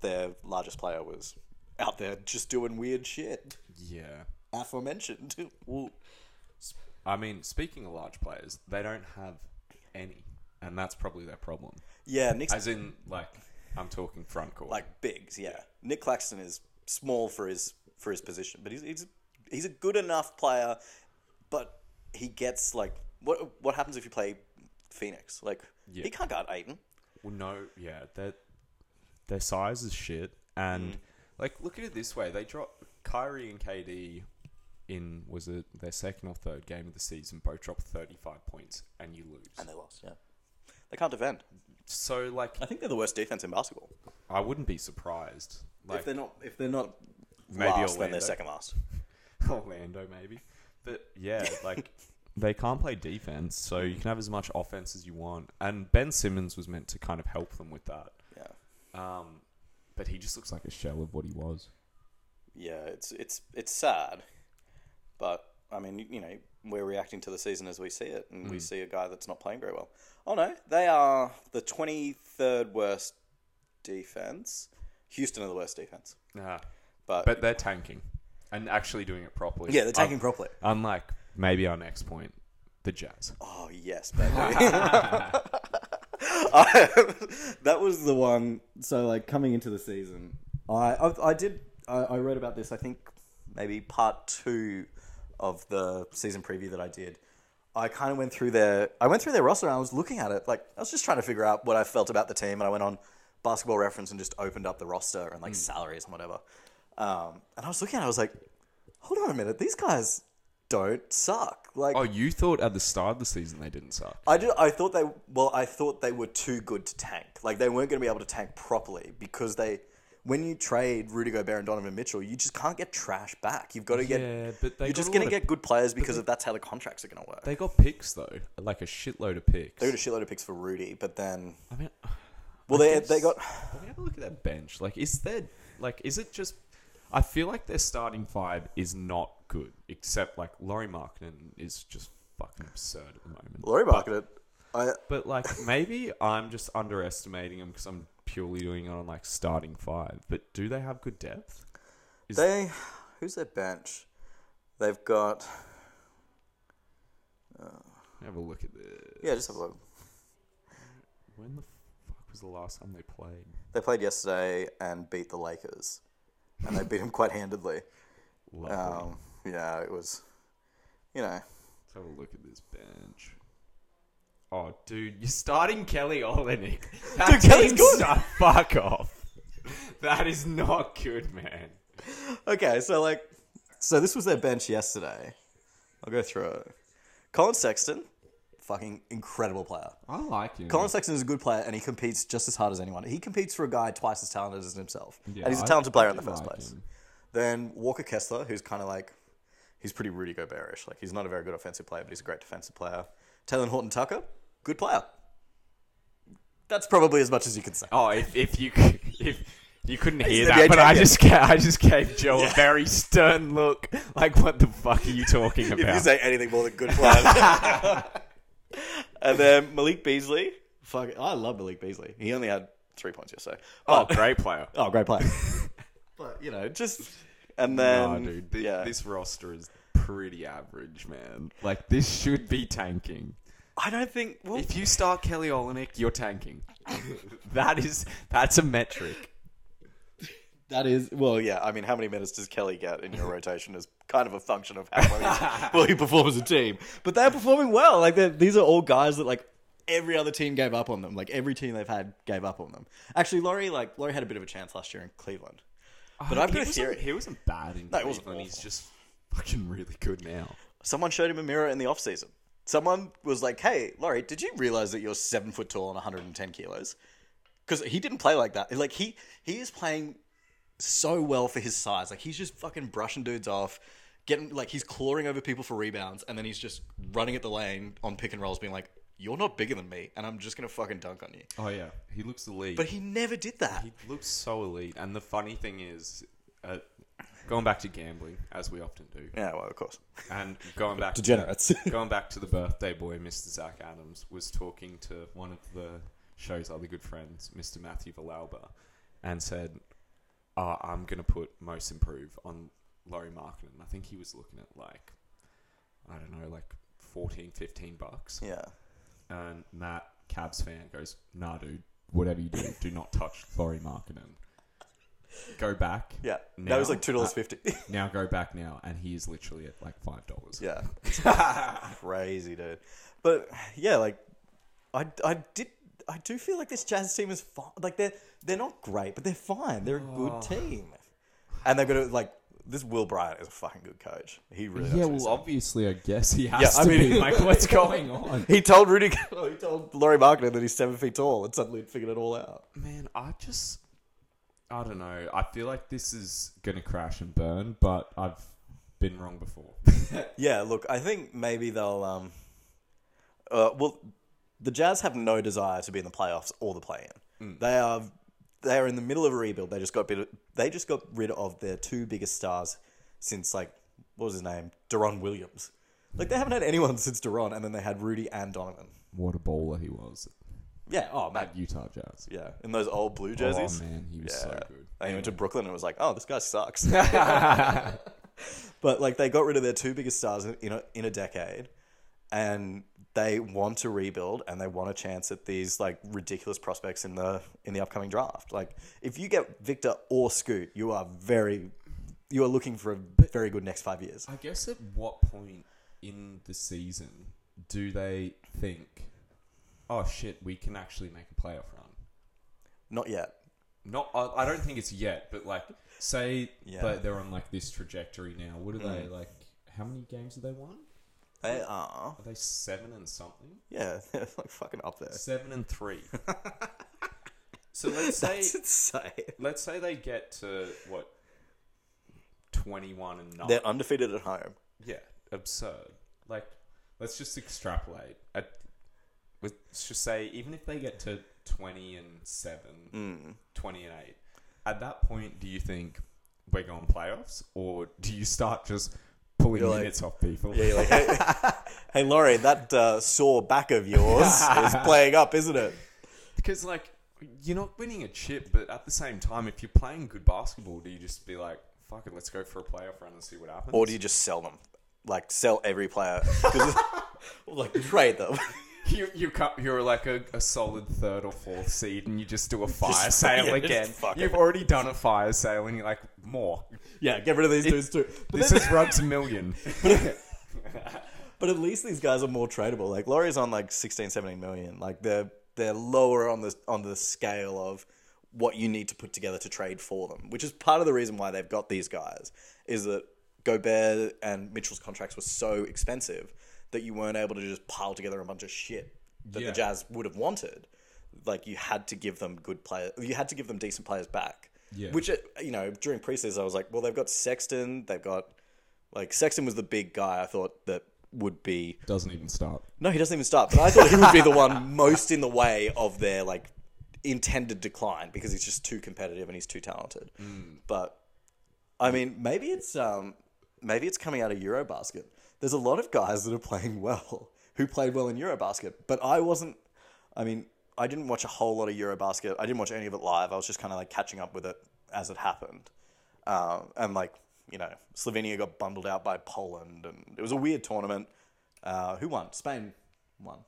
Speaker 1: their largest player was out there just doing weird shit.
Speaker 2: Yeah.
Speaker 1: Aforementioned. Well,
Speaker 2: I mean, speaking of large players, they don't have any, and that's probably their problem.
Speaker 1: yeah, Nick's
Speaker 2: As in, like, I'm talking front court.
Speaker 1: like bigs. Yeah, Nick Claxton is small for his for his position, but he's he's he's a good enough player. But he gets like what what happens if you play Phoenix? Like
Speaker 2: Yeah.
Speaker 1: he can't guard Aiden.
Speaker 2: Well, no, yeah, their their size is shit, and Mm. like look at it this way: they dropped Kyrie and KD in was it their second or third game of the season? Both dropped thirty five points, and you lose.
Speaker 1: And they lost. Yeah, they can't defend.
Speaker 2: So like,
Speaker 1: I think they're the worst defense in basketball.
Speaker 2: I wouldn't be surprised. Like
Speaker 1: if they're not if they're not
Speaker 2: Maybe
Speaker 1: last, then
Speaker 2: Orlando.
Speaker 1: they're second last.
Speaker 2: Orlando, maybe, but yeah, like. They can't play defense, so you can have as much offense as you want. And Ben Simmons was meant to kind of help them with that,
Speaker 1: Yeah,
Speaker 2: um, but he just looks like a
Speaker 3: a shell of what he was.
Speaker 1: yeah. It's it's it's sad, but I mean you know we're reacting to the season as we see it, and we see a guy that's not playing very well. Oh no, they are the twenty third worst defense. Houston are the worst defense,
Speaker 2: nah.
Speaker 1: but,
Speaker 2: But they're tanking and actually doing it properly.
Speaker 1: yeah, they're
Speaker 2: Um,
Speaker 1: taking properly.
Speaker 2: Unlike maybe our next point, the Jazz.
Speaker 1: Oh yes, baby. I- that was the one. So like coming into the season, I I, I did I, I read about this. I think maybe part two of the season preview that I did. I kind of went through their I went through their roster and I was looking at it like I was just trying to figure out what I felt about the team and I went on Basketball Reference and just opened up the roster and like salaries and whatever. Um, and I was looking at it, I was like, hold on a minute, these guys don't suck. Like
Speaker 2: Oh, you thought at the start of the season they didn't suck?
Speaker 1: I did. I thought they. Well, I thought they were too good to tank. Like they weren't going to be able to tank properly because they. When you trade Rudy Gobert and Donovan Mitchell, you just can't get trash back. You've got to get.
Speaker 2: Yeah, but they
Speaker 1: you're
Speaker 2: got
Speaker 1: just
Speaker 2: a
Speaker 1: going to
Speaker 2: lot of-
Speaker 1: get good players because of that's how the contracts are going to work. They
Speaker 2: They got picks though, like a shitload of picks.
Speaker 1: got a shitload of picks for Rudy, but then
Speaker 2: I mean,
Speaker 1: well, they they got
Speaker 2: let me have a look at that bench. Like, is there like is it just? I feel like their starting five is not good, except like Laurie Markkinen is just fucking absurd at the moment.
Speaker 1: Laurie Marketed. I
Speaker 2: But like maybe I'm just underestimating them because I'm purely doing it on like starting five. But do they have good depth?
Speaker 1: they who's their bench? They've got
Speaker 2: Have a look at this.
Speaker 1: yeah. Just have a look.
Speaker 2: When the fuck was the last time they played?
Speaker 1: They played yesterday and beat the Lakers, and they beat them quite handedly.
Speaker 2: Lovely.
Speaker 1: Um, yeah, it was. You know,
Speaker 2: Let's have a look at this bench. Oh, dude, you're starting Kelly Olenek. That
Speaker 1: Dude, Kelly's
Speaker 2: team's
Speaker 1: good.
Speaker 2: not- fuck off. That is not good, man.
Speaker 1: Okay, so like, so this was their bench yesterday. I'll go through it. Colin Sexton, fucking incredible player.
Speaker 3: I like him.
Speaker 1: Colin Sexton is a good player and he competes just as hard as anyone. He competes for a guy twice as talented as himself, and he's a
Speaker 3: I-
Speaker 1: talented player in
Speaker 3: I
Speaker 1: the first
Speaker 3: like
Speaker 1: place.
Speaker 3: him.
Speaker 1: Then Walker Kessler, who's kind of like, he's pretty Rudy Gobert-ish. Like he's not a very good offensive player, but he's a great defensive player. Taylor Horton Tucker, good player. That's probably as much as you can say.
Speaker 2: Oh, if, if you c- if you couldn't hear
Speaker 1: the NBA
Speaker 2: that, but I
Speaker 1: champion.
Speaker 2: just ga- I just gave Joe a very stern look. Like, what the fuck are you talking
Speaker 1: If you
Speaker 2: about?
Speaker 1: say anything more than good plan. and then Malik Beasley. Fuck, I love Malik Beasley. He only had three points yesterday.
Speaker 2: oh,
Speaker 1: But-
Speaker 2: great player.
Speaker 1: oh, great play. but you know, just and then
Speaker 2: Nah, dude, thi-
Speaker 1: Um, yeah,
Speaker 2: this roster is pretty average, man. Like, this should be tanking.
Speaker 1: I don't think. Well,
Speaker 2: If you start Kelly Olenek, you're tanking. that is that's a metric.
Speaker 1: that is well, yeah. I mean, how many minutes does Kelly get in your rotation is kind of a function of how well, he's- well he performs as a team. But they're performing well. Like they're- these are all guys that like. Every other team gave up on them. Like every team they've had gave up on them. Actually, Laurie, like Laurie had a bit of a chance last year in Cleveland. But I've got Uh, a theory.
Speaker 2: He wasn't bad in
Speaker 1: No, he wasn't
Speaker 2: Cleveland. He's
Speaker 1: awful.
Speaker 2: just fucking really good now.
Speaker 1: Someone showed him a mirror in the off season. Someone was like, "Hey, Laurie, did you realize that you're seven foot tall and 110 kilos?" Because he didn't play like that. Like he he is playing so well for his size. Like he's just fucking brushing dudes off, getting like he's clawing over people for rebounds, and then he's just running at the lane on pick and rolls, being like, "You're not bigger than me, and I'm just gonna fucking dunk on you."
Speaker 2: Oh yeah, he looks elite.
Speaker 1: But he never did that.
Speaker 2: He looks so elite, and the funny thing is, uh, going back to gambling as we often do,
Speaker 1: yeah, well, of course.
Speaker 2: and going back
Speaker 1: Degenerates.
Speaker 2: to, going back to the birthday boy, Mr. Zach Adams was talking to one of the show's other good friends, Mr. Matthew Valauba, and said, oh, "I'm going to put most improve on Laurie Markin." I think he was looking at like, I don't know, like 14, 15 bucks.
Speaker 1: yeah.
Speaker 2: And Matt, Cavs fan, goes, nah, dude, whatever you do, do not touch Laurie Markkinen. Go back.
Speaker 1: Yeah.
Speaker 2: Now-
Speaker 1: that was like two dollars fifty.
Speaker 2: Now go back now. And he is literally at like $5.
Speaker 1: yeah. Crazy dude. But yeah, like I I did I do feel like this Jazz team is fine. Like they're they're not great, but they're fine. They're a good team. And they've got to like this Will Bryant is a fucking good coach. He really
Speaker 3: yeah,
Speaker 1: knows what he's
Speaker 3: well, obviously, I guess he has
Speaker 1: Yeah, I
Speaker 3: to
Speaker 1: mean-
Speaker 3: be. Like, what's going on?
Speaker 1: He told Rudy. He told Laurie Markkinen that he's seven feet tall, and suddenly he'd figured it all out.
Speaker 2: Man, I just. I don't know. I feel like this is going to crash and burn, but I've been wrong before.
Speaker 1: Yeah, look, I think maybe they'll. Um, uh, well, the Jazz have no desire to be in the playoffs or the play-in. They are they are in the middle of a rebuild. They just got bit. They just got rid of their two biggest stars since like what was his name, Deron Williams. Like they haven't had anyone since Deron, and then they had Rudy and Donovan.
Speaker 2: what a bowler he was
Speaker 1: Yeah. Oh man.
Speaker 2: at Utah Jazz.
Speaker 1: Yeah, in those old blue jerseys.
Speaker 2: Oh, man, he was so good.
Speaker 1: And he went to Brooklyn and was like, "Oh, this guy sucks." but like, they got rid of their two biggest stars in- in a, in a decade, and they want to rebuild and they want a chance at these like ridiculous prospects in the in the upcoming draft. Like, if you get Victor or Scoot, you are very you are looking for a very good next five years.
Speaker 2: I guess at what point in the season do they think, oh shit, we can actually make a playoff run?
Speaker 1: Not yet.
Speaker 2: Not, I, I don't think it's yet, but like, say
Speaker 1: Yeah.
Speaker 2: that they're on like this trajectory now. What are they like? How many games have they won?
Speaker 1: They are.
Speaker 2: Are they seven and something?
Speaker 1: Yeah, they're like fucking up there.
Speaker 2: Uh, Seven and three. so let's say
Speaker 1: That's insane.
Speaker 2: let's say they get to what twenty one and 9
Speaker 1: They're undefeated at home.
Speaker 2: yeah, absurd. Like, let's just extrapolate. I, let's just say, even if they get to 20 and 7,
Speaker 1: Mm.
Speaker 2: 20 and 8, at that point, do you think we're going playoffs? Or do you start just pulling
Speaker 1: You're like-
Speaker 2: minutes off people?
Speaker 1: Yeah, you're like, hey, hey Laurie, that uh, sore back of yours is playing up, isn't it?
Speaker 2: Because, like, you're not winning a chip, but at the same time, if you're playing good basketball, do you just be like, fuck it, let's go for a playoff run and see what happens?
Speaker 1: Or do you just sell them? Like, sell every player. 'Cause- or, like, trade them.
Speaker 2: you, you come, you're like a, a solid third or fourth seed, and you just do a fire sale
Speaker 1: yeah, just
Speaker 2: again.
Speaker 1: fuck
Speaker 2: You've
Speaker 1: it.
Speaker 2: already done a fire sale, and you're like, more.
Speaker 1: yeah, get rid of these dudes too. But,
Speaker 2: This
Speaker 1: then-
Speaker 2: is Rug's million.
Speaker 1: but at least these guys are more tradable. Like, Laurie's on, like, 16, 17 million. Like, they're, they're lower on the, on the scale of what you need to put together to trade for them, which is part of the reason why they've got these guys, is that Gobert and Mitchell's contracts were so expensive that you weren't able to just pile together a bunch of shit that
Speaker 2: Yeah.
Speaker 1: the Jazz would have wanted. Like you had to give them good players, you had to give them decent players back.
Speaker 2: Yeah.
Speaker 1: Which uh, you know during preseason I was like, well they've got Sexton, they've got like Sexton was the big guy I thought that would be.
Speaker 2: Doesn't even start.
Speaker 1: No, he doesn't even start, but I thought he would be the one most in the way of their like intended decline because he's just too competitive and he's too talented. But I mean, maybe it's um, maybe it's coming out of Eurobasket. There's a lot of guys that are playing well who played well in Eurobasket, but I wasn't. I mean, I didn't watch a whole lot of Eurobasket. I didn't watch any of it live. I was just kind of like catching up with it as it happened, um, and like you know, Slovenia got bundled out by Poland, and it was a weird tournament. Uh, who won? Spain won.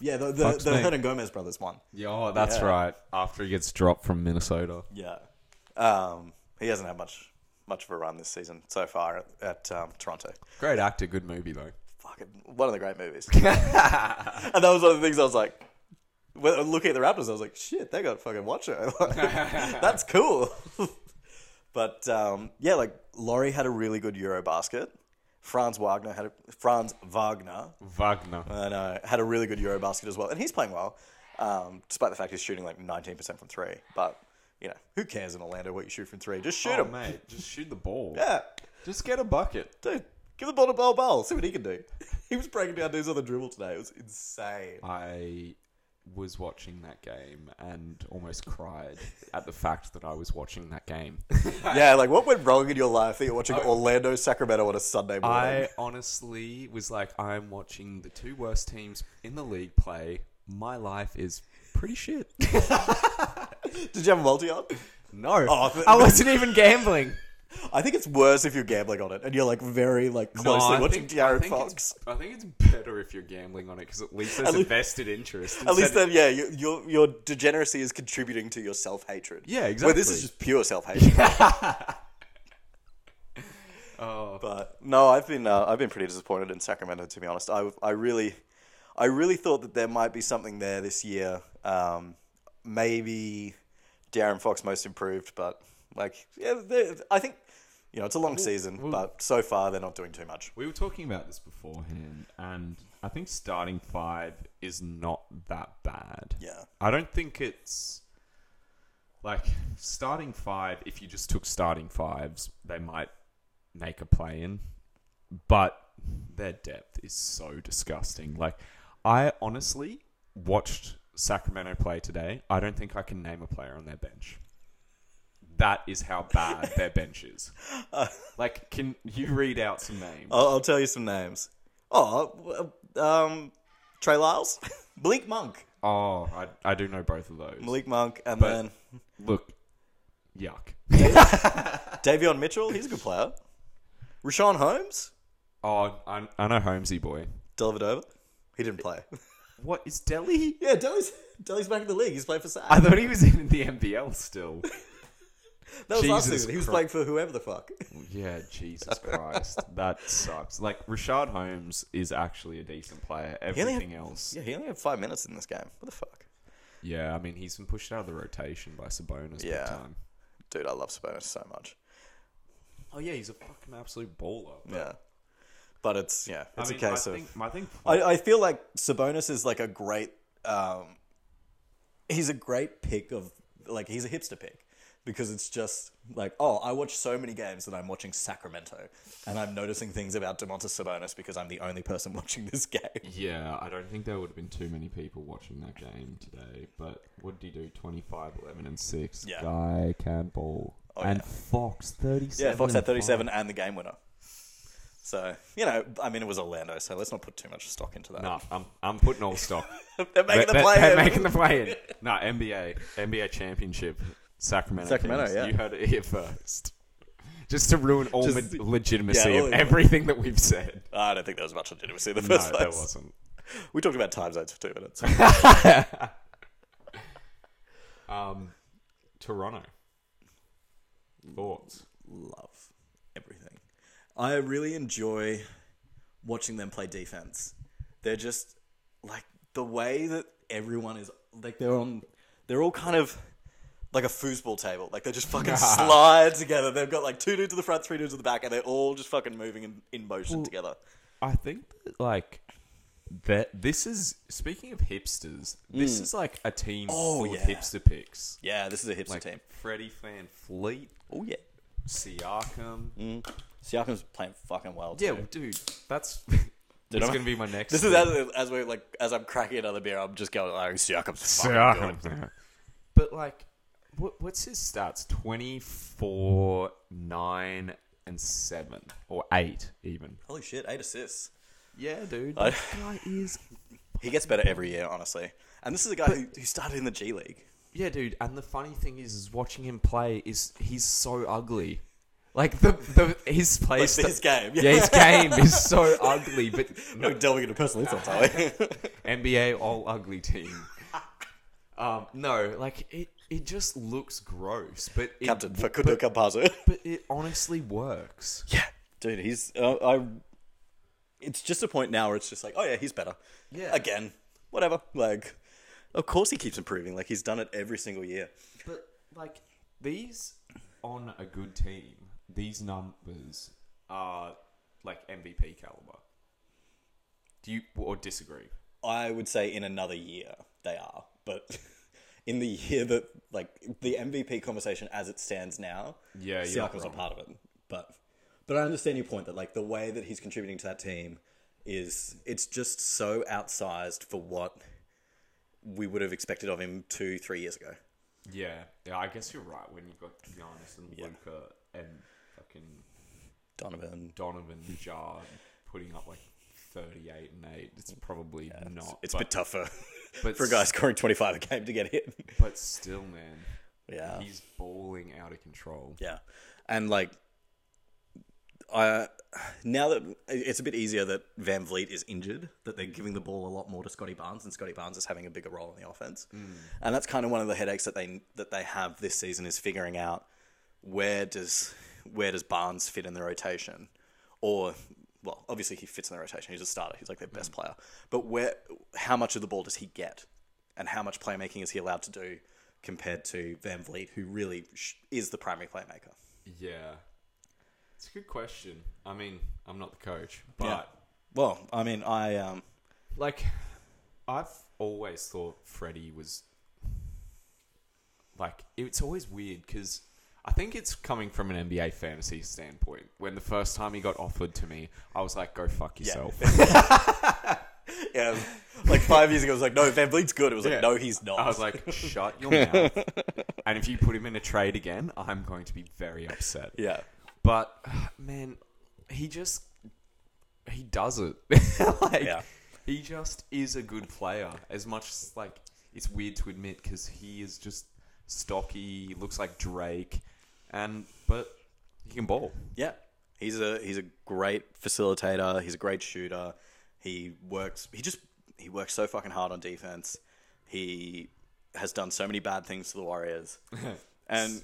Speaker 1: Yeah, the the,
Speaker 2: Fuck
Speaker 1: the
Speaker 2: Spain.
Speaker 1: Hernan Gomez brothers won.
Speaker 2: Yeah, oh, that's
Speaker 1: Yeah.
Speaker 2: right. After he gets dropped from Minnesota.
Speaker 1: Yeah. Um, he hasn't had much much of a run this season so far at, at um, Toronto.
Speaker 2: Great actor, good movie, though.
Speaker 1: Fucking one of the great movies. and that was one of the things I was like, when, looking at the Raptors, I was like, shit, they got a fucking watcher. Like, that's cool. but um, yeah, like Laurie had a really good Eurobasket. Franz Wagner had a, Franz Wagner.
Speaker 2: Wagner.
Speaker 1: I know. Had a really good Eurobasket as well, and he's playing well, um, despite the fact he's shooting like 19% from three. But you know, who cares in Orlando what you shoot from three? Just shoot
Speaker 2: oh,
Speaker 1: him.
Speaker 2: mate. Just shoot the ball.
Speaker 1: Yeah,
Speaker 2: Just get a bucket.
Speaker 1: dude, give the ball to Bell Bell. See what he can do. He was breaking down dudes on the dribble today. It was insane.
Speaker 2: I was watching that game and almost cried at the fact that I was watching that game.
Speaker 1: yeah, like what went wrong in your life that you're watching Orlando Sacramento on a Sunday morning?
Speaker 2: I honestly was like, I'm watching the two worst teams in the league play. My life is pretty shit.
Speaker 1: Did you have a multi on?
Speaker 2: No,
Speaker 1: Oh, th-
Speaker 2: I wasn't even gambling.
Speaker 1: I think it's worse if you're gambling on it and you're like very like
Speaker 2: No,
Speaker 1: closely
Speaker 2: I
Speaker 1: watching
Speaker 2: think- I
Speaker 1: Jared
Speaker 2: think
Speaker 1: Fox.
Speaker 2: it's- I think it's better if you're gambling on it because at least there's
Speaker 1: At
Speaker 2: a
Speaker 1: least-
Speaker 2: vested interest.
Speaker 1: At least
Speaker 2: instead-
Speaker 1: then, yeah, your your, your degeneracy is contributing to your self hatred.
Speaker 2: Yeah,
Speaker 1: Well, this
Speaker 2: exactly.
Speaker 1: is just pure self hatred.
Speaker 2: Oh.
Speaker 1: but no, I've been uh, I've been pretty disappointed in Sacramento to be honest. I I really I really thought that there might be something there this year. Um, maybe Darren Fox most improved, but like yeah, they- I think you know it's a long season, but so far they're not doing too much.
Speaker 3: We were
Speaker 2: talking about this beforehand, and I think starting five is not that bad.
Speaker 1: Yeah.
Speaker 2: I don't think it's like starting five. If you just took starting fives, they might make a play in, but their depth is so disgusting. Like, I honestly watched Sacramento play today. I don't think I can name a player on their bench. That is how bad their bench is. Like, can you read out some names?
Speaker 1: I'll, I'll tell you some names. Oh, um, Trey Lyles, Malik Monk,
Speaker 2: Oh, I, I do know both of those.
Speaker 1: Malik Monk, and
Speaker 2: But-
Speaker 1: then
Speaker 2: Look, yuck.
Speaker 1: Davion Mitchell. He's a good player. Rashawn Holmes,
Speaker 2: Oh, I, I know Holmesy boy.
Speaker 1: Dellavedova. He didn't play.
Speaker 2: What is Delhi?
Speaker 1: yeah, Delly's Delly's back in the league. He's playing for Sac.
Speaker 2: I thought he was in the NBL still.
Speaker 1: That was last
Speaker 2: Jesus
Speaker 1: season. He was
Speaker 2: Christ.
Speaker 1: playing for whoever the fuck.
Speaker 2: yeah, Jesus Christ, that sucks. Like Rashad Holmes is actually a decent player.
Speaker 1: only had-
Speaker 2: Everything else,
Speaker 1: Yeah, he only had five minutes in this game. What the fuck,
Speaker 2: yeah. I mean, he's been pushed out of the rotation by Sabonis. big
Speaker 1: Yeah.
Speaker 2: time.
Speaker 1: dude? I love Sabonis so much.
Speaker 2: Oh yeah, he's a fucking absolute baller.
Speaker 1: Yeah, but it's yeah,
Speaker 2: I
Speaker 1: it's
Speaker 2: mean,
Speaker 1: a case
Speaker 2: I
Speaker 1: of.
Speaker 2: think, I think
Speaker 1: I, I feel like Sabonis is like a great um, he's a great pick of like he's a hipster pick because it's just like oh I watch so many games that I'm watching Sacramento and I'm noticing things about Demontis Sabonis because I'm the only person watching this game.
Speaker 2: Yeah, I don't think there would have been too many people watching that game today. But what did he do? 25, 11, and 6.
Speaker 1: Yeah.
Speaker 2: Guy can ball.
Speaker 1: Oh,
Speaker 2: and
Speaker 1: yeah.
Speaker 2: Fox, 37.
Speaker 1: Yeah, Fox had
Speaker 2: and
Speaker 1: 37 and the game winner. So you know, I mean, it was Orlando, so let's not put too much stock into that.
Speaker 2: five. Nah, I'm, I'm putting all stock.
Speaker 1: They're making
Speaker 2: They-
Speaker 1: the
Speaker 2: they-
Speaker 1: play.
Speaker 2: They're making the play in. Nah, NBA. NBA Championship. Sacramento.
Speaker 1: Sacramento,
Speaker 2: Kings.
Speaker 1: yeah.
Speaker 2: You heard it here first. Just to ruin all
Speaker 1: Just-
Speaker 2: ma- legitimacy
Speaker 1: yeah, all
Speaker 2: of
Speaker 1: the-
Speaker 2: everything that we've said.
Speaker 1: I don't think there was much legitimacy in the
Speaker 2: No,
Speaker 1: first
Speaker 2: there
Speaker 1: place.
Speaker 2: wasn't.
Speaker 1: We talked about time zones for two minutes.
Speaker 2: Um, Toronto. Thoughts?
Speaker 1: love everything. I really enjoy watching them play defense. They're just like the way that everyone is like they're on they're all kind of like a foosball table. Like they just fucking slide together. They've got like two dudes to the front, three dudes to the back, and they're all just fucking moving in, in motion together.
Speaker 2: I think that like that this is speaking of hipsters, this is like a team
Speaker 1: Mm. Oh,
Speaker 2: full
Speaker 1: yeah.
Speaker 2: of hipster picks.
Speaker 1: Yeah, this is a hipster
Speaker 2: Like
Speaker 1: team.
Speaker 2: Freddie Fan Fleet,
Speaker 1: Oh yeah.
Speaker 2: Siakam.
Speaker 1: Mm. Siakam's playing fucking well.
Speaker 2: Yeah,
Speaker 1: too.
Speaker 2: well, dude, that's
Speaker 1: Dude,
Speaker 2: that's
Speaker 1: I'm-
Speaker 2: gonna be my next.
Speaker 1: This is as, as we're like as I'm cracking another beer, I'm just going like Siakam's fucking good.
Speaker 2: Siakam. But like, what what's his stats? Twenty four, nine, and seven or eight even.
Speaker 1: Holy shit, eight assists.
Speaker 2: Yeah, dude,
Speaker 1: I-
Speaker 2: that guy is
Speaker 1: He gets better every year, honestly. And this is a guy who, who started in the G League.
Speaker 2: Yeah, dude. And the funny thing is, is watching him play is he's so ugly. Like the, the his play,
Speaker 1: Like
Speaker 2: sti-
Speaker 1: his game.
Speaker 2: yeah, his game is so ugly. But
Speaker 1: No delving into personal insults, are we?
Speaker 2: NBA all ugly team. Um, no, like it, it just looks gross, but it,
Speaker 1: Captain Facundo Campazzo.
Speaker 2: but it honestly works.
Speaker 1: Yeah, dude, he's. Uh, I. It's just a point now where it's just like, oh yeah, he's better.
Speaker 2: Yeah.
Speaker 1: Again, whatever. Like, of course he keeps improving. Like he's done it every single year.
Speaker 2: But like these on a good team, these numbers are like MVP caliber. Do you or disagree?
Speaker 1: I would say in another year they are, but in the year that like the MVP conversation as it stands now,
Speaker 2: Yeah, you're not
Speaker 1: Siakam's a
Speaker 2: wrong.
Speaker 1: part of it. But but I understand your point that like the way that he's contributing to that team is it's just so outsized for what we would have expected of him two three years ago.
Speaker 2: Yeah, yeah. I guess you're right when you've got Giannis and Luca and fucking
Speaker 1: Donovan,
Speaker 2: Donovan Jar putting up like 38 and eight. It's probably not.
Speaker 1: it's
Speaker 2: but,
Speaker 1: a bit tougher
Speaker 2: but
Speaker 1: for a guy scoring twenty five a game to get hit.
Speaker 2: s- But still, man,
Speaker 1: yeah,
Speaker 2: he's balling out of control.
Speaker 1: Yeah, and like, I now that it's a bit easier that Van Vliet is injured, that they're giving the ball a lot more to Scotty Barnes, and Scotty Barnes is having a bigger role in the offense, and that's kind of one of the headaches that they that they have this season is figuring out where does where does Barnes fit in the rotation, or well, obviously he fits in the rotation. He's a starter. He's like their best player. But where, how much of the ball does he get, and how much playmaking is he allowed to do compared to Van Vliet, who really sh- is the primary playmaker?
Speaker 2: Yeah, it's a good question. I mean, I'm not the coach, but
Speaker 1: Well, I mean, I um,
Speaker 2: like, I've always thought Freddie was like it's always weird because I think it's coming from an NBA fantasy standpoint. When the first time he got offered to me, I was like, "Go fuck yourself."
Speaker 1: yeah, like five years ago, I was like, no, Van Vliet's good. It was
Speaker 2: Yeah.
Speaker 1: like, no, he's not.
Speaker 2: I was like, shut your mouth. and if you put him in a trade again, I'm going to be very upset.
Speaker 1: yeah,
Speaker 2: But man, he just he does it. like
Speaker 1: Yeah.
Speaker 2: he just is a good player. As much as like it's weird to admit because he is just stocky. He looks like Drake, and but he can bowl.
Speaker 1: yeah. He's a he's a great facilitator. He's a great shooter. He works. He just he works so fucking hard on defense. He has done so many bad things to the Warriors. and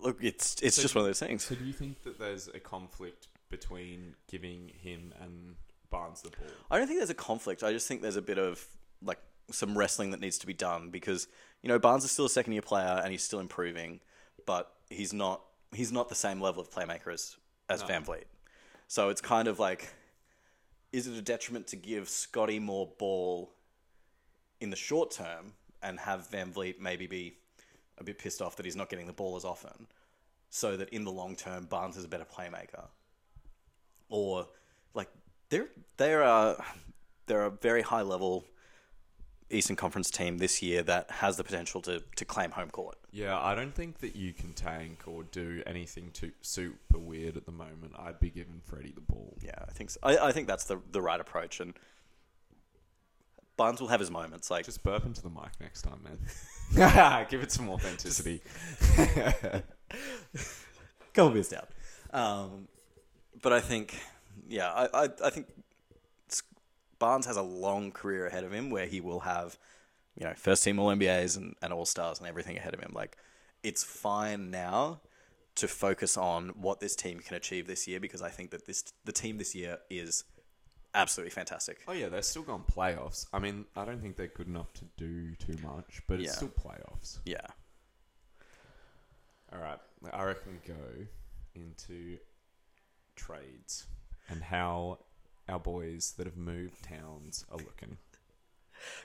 Speaker 1: look, it's it's just one of those things.
Speaker 2: So do you think that there's a conflict between giving him and Barnes the ball?
Speaker 1: I don't think there's a conflict. I just think there's a bit of like some wrestling that needs to be done because you know Barnes is still a second year player and he's still improving, but he's not he's not the same level of playmaker as as Van Vliet. So it's kind of like, is it a detriment to give Scotty more ball in the short term and have Van Vliet maybe be a bit pissed off that he's not getting the ball as often, so that in the long term Barnes is a better playmaker? or like there there are there are very high level Eastern Conference team this year that has the potential to to claim home court.
Speaker 2: Yeah, I don't think that you can tank or do anything too super weird at the moment. I'd be giving Freddie the ball.
Speaker 1: Yeah, I think so. I, I think that's the the right approach and Barnes will have his moments. Like
Speaker 2: Just burp into the mic next time, man. Give it some authenticity.
Speaker 1: couple beers down. Um, but I think, yeah, I, I, I think S- Barnes has a long career ahead of him where he will have, you know, first team All NBAs and, and All Stars and everything ahead of him. Like, it's fine now to focus on what this team can achieve this year because I think that this the team this year is absolutely fantastic.
Speaker 2: oh yeah, they're still going playoffs. I mean, I don't think they're good enough to do too much, but it's
Speaker 1: Yeah.
Speaker 2: still playoffs.
Speaker 1: Yeah.
Speaker 2: All right, I reckon we go into trades and how our boys that have moved towns are looking.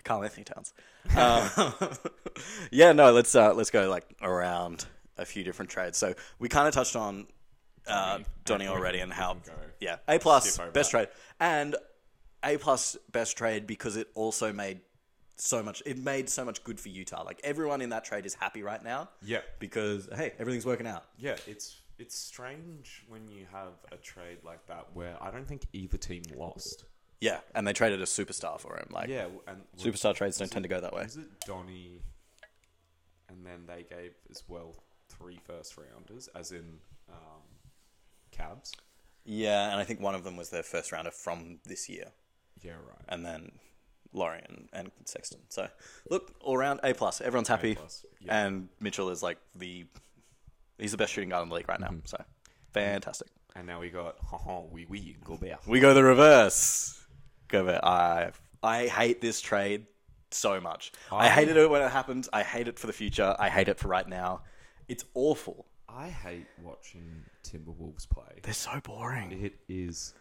Speaker 1: Carl Anthony Towns. Um, yeah, no, let's uh, let's go like around a few different trades. So we kind of touched on uh,
Speaker 2: Donny.
Speaker 1: Donny
Speaker 2: And we
Speaker 1: already and
Speaker 2: can- we
Speaker 1: how
Speaker 2: can go
Speaker 1: yeah A plus
Speaker 2: skip over
Speaker 1: best
Speaker 2: that.
Speaker 1: trade and A plus best trade because it also made so much it made so much good for Utah. Like everyone in that trade is happy right now.
Speaker 2: Yep.
Speaker 1: Because hey, everything's working out.
Speaker 2: Yeah, it's it's strange when you have a trade like that where I don't think either team lost.
Speaker 1: Yeah, and they traded a superstar for him. Like
Speaker 2: Yeah, w- and
Speaker 1: superstar trades don't tend to go that way.
Speaker 2: Was it Donny? And then they gave as well three first rounders, as in um, Cabs.
Speaker 1: Yeah, and I think one of them was their first rounder from this year.
Speaker 2: Yeah, right.
Speaker 1: and then Laurie and, and Sexton. So look, all round A plus. Everyone's happy,
Speaker 2: plus, yeah.
Speaker 1: and Mitchell is like the he's the best shooting guard in the league right now.
Speaker 2: Mm-hmm.
Speaker 1: So fantastic.
Speaker 2: And now we got haha, wee wee Gobert.
Speaker 1: We go the reverse. Go back. I I hate this trade so much. I
Speaker 2: I-
Speaker 1: hated it when it happened. I hate it for the future. I hate it for right now. It's awful.
Speaker 2: I hate watching Timberwolves play.
Speaker 1: They're so boring.
Speaker 2: It is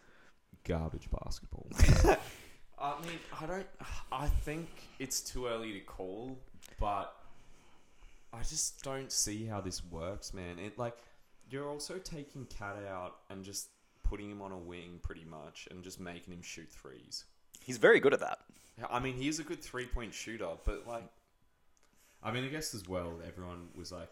Speaker 2: garbage basketball. I mean, I don't. I think it's too early to call, but I just don't see how this works, man. It like you're also taking Cat out and just putting him on a wing pretty much and just making him shoot threes.
Speaker 1: He's very good at that.
Speaker 2: I mean, he is a good three point shooter, but like
Speaker 3: I mean, I guess as well, everyone was like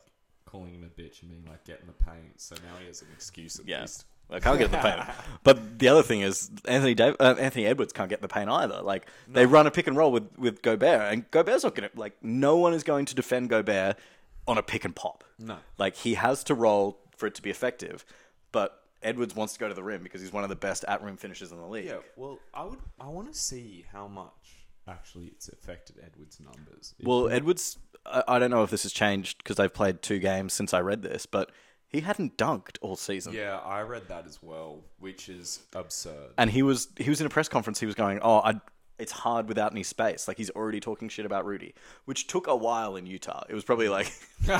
Speaker 3: calling him a bitch and being like, "Get in the paint." So now he has an excuse at
Speaker 1: Yeah.
Speaker 3: least.
Speaker 1: I can't get in the paint. But the other thing is Anthony Dav- uh, Anthony Edwards can't get in the paint either. Like they run a pick and roll with with Gobert, and Gobert's not going to like. No one is going to defend Gobert on a pick and pop.
Speaker 2: No.
Speaker 1: like he has to roll for it to be effective. But Edwards wants to go to the rim because he's one of the best at rim finishers in the league.
Speaker 2: yeah, well, I would I want to see how much actually it's affected Edwards' numbers.
Speaker 1: Well, Edwards, I, I don't know if this has changed because they've played two games since I read this, but he hadn't dunked all season.
Speaker 2: yeah, I read that as well, which is absurd.
Speaker 1: and he was he was in a press conference. He was going, "Oh, I, it's hard without any space." Like he's already talking shit about Rudy, which took a while in Utah. It was probably like,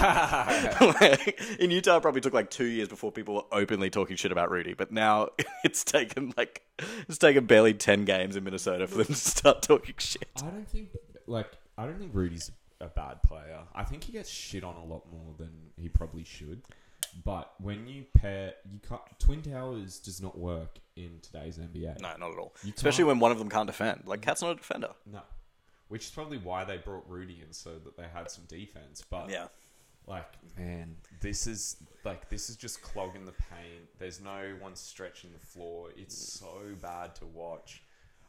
Speaker 1: like, in Utah, it probably took like two years before people were openly talking shit about Rudy. But now it's taken like it's taken barely ten games in Minnesota for them to start talking shit.
Speaker 3: I don't think like I don't think Rudy's a bad player. I think he gets shit on a lot more than he probably should. But when you pair, you can't, Twin Towers does not work in today's NBA.
Speaker 1: No, not at all.
Speaker 3: You
Speaker 1: Especially
Speaker 3: can't-
Speaker 1: when one of them can't defend. Like Cat's not a defender.
Speaker 3: No.
Speaker 2: Which is probably why they brought Rudy in so that they had some defense. But
Speaker 1: Yeah.
Speaker 2: like, man, this is like this is just clogging the paint. There's no one stretching the floor. It's so bad to watch.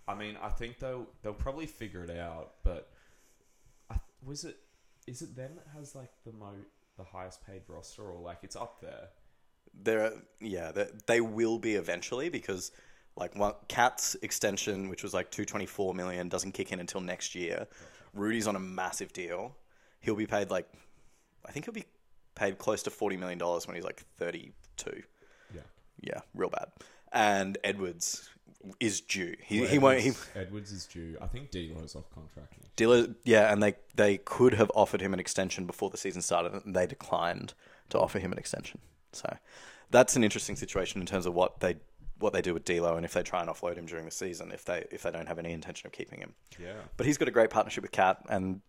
Speaker 2: I mean, I think they'll they'll probably figure it out. But I, was it is it them that has like the mo the highest paid roster or like it's up there?
Speaker 1: There, yeah, they- they will be eventually because, like, one, Cat's extension, which was like two twenty four million, doesn't kick in until next year. Rudy's on a massive deal. He'll be paid like, I think he'll be paid close to forty million dollars when he's like thirty two.
Speaker 3: Yeah.
Speaker 1: Yeah, real bad. And Edwards is due. He, he won't. He,
Speaker 3: Edwards- Edwards is due. I think D Lo's off contract. Now.
Speaker 1: Diller, yeah, and they they could have offered him an extension before the season started, and they declined to offer him an extension. So that's an interesting situation in terms of what they what they do with D'Lo, and if they try and offload him during the season, if they if they don't have any intention of keeping him.
Speaker 2: Yeah.
Speaker 1: But he's got a great partnership with Cat, and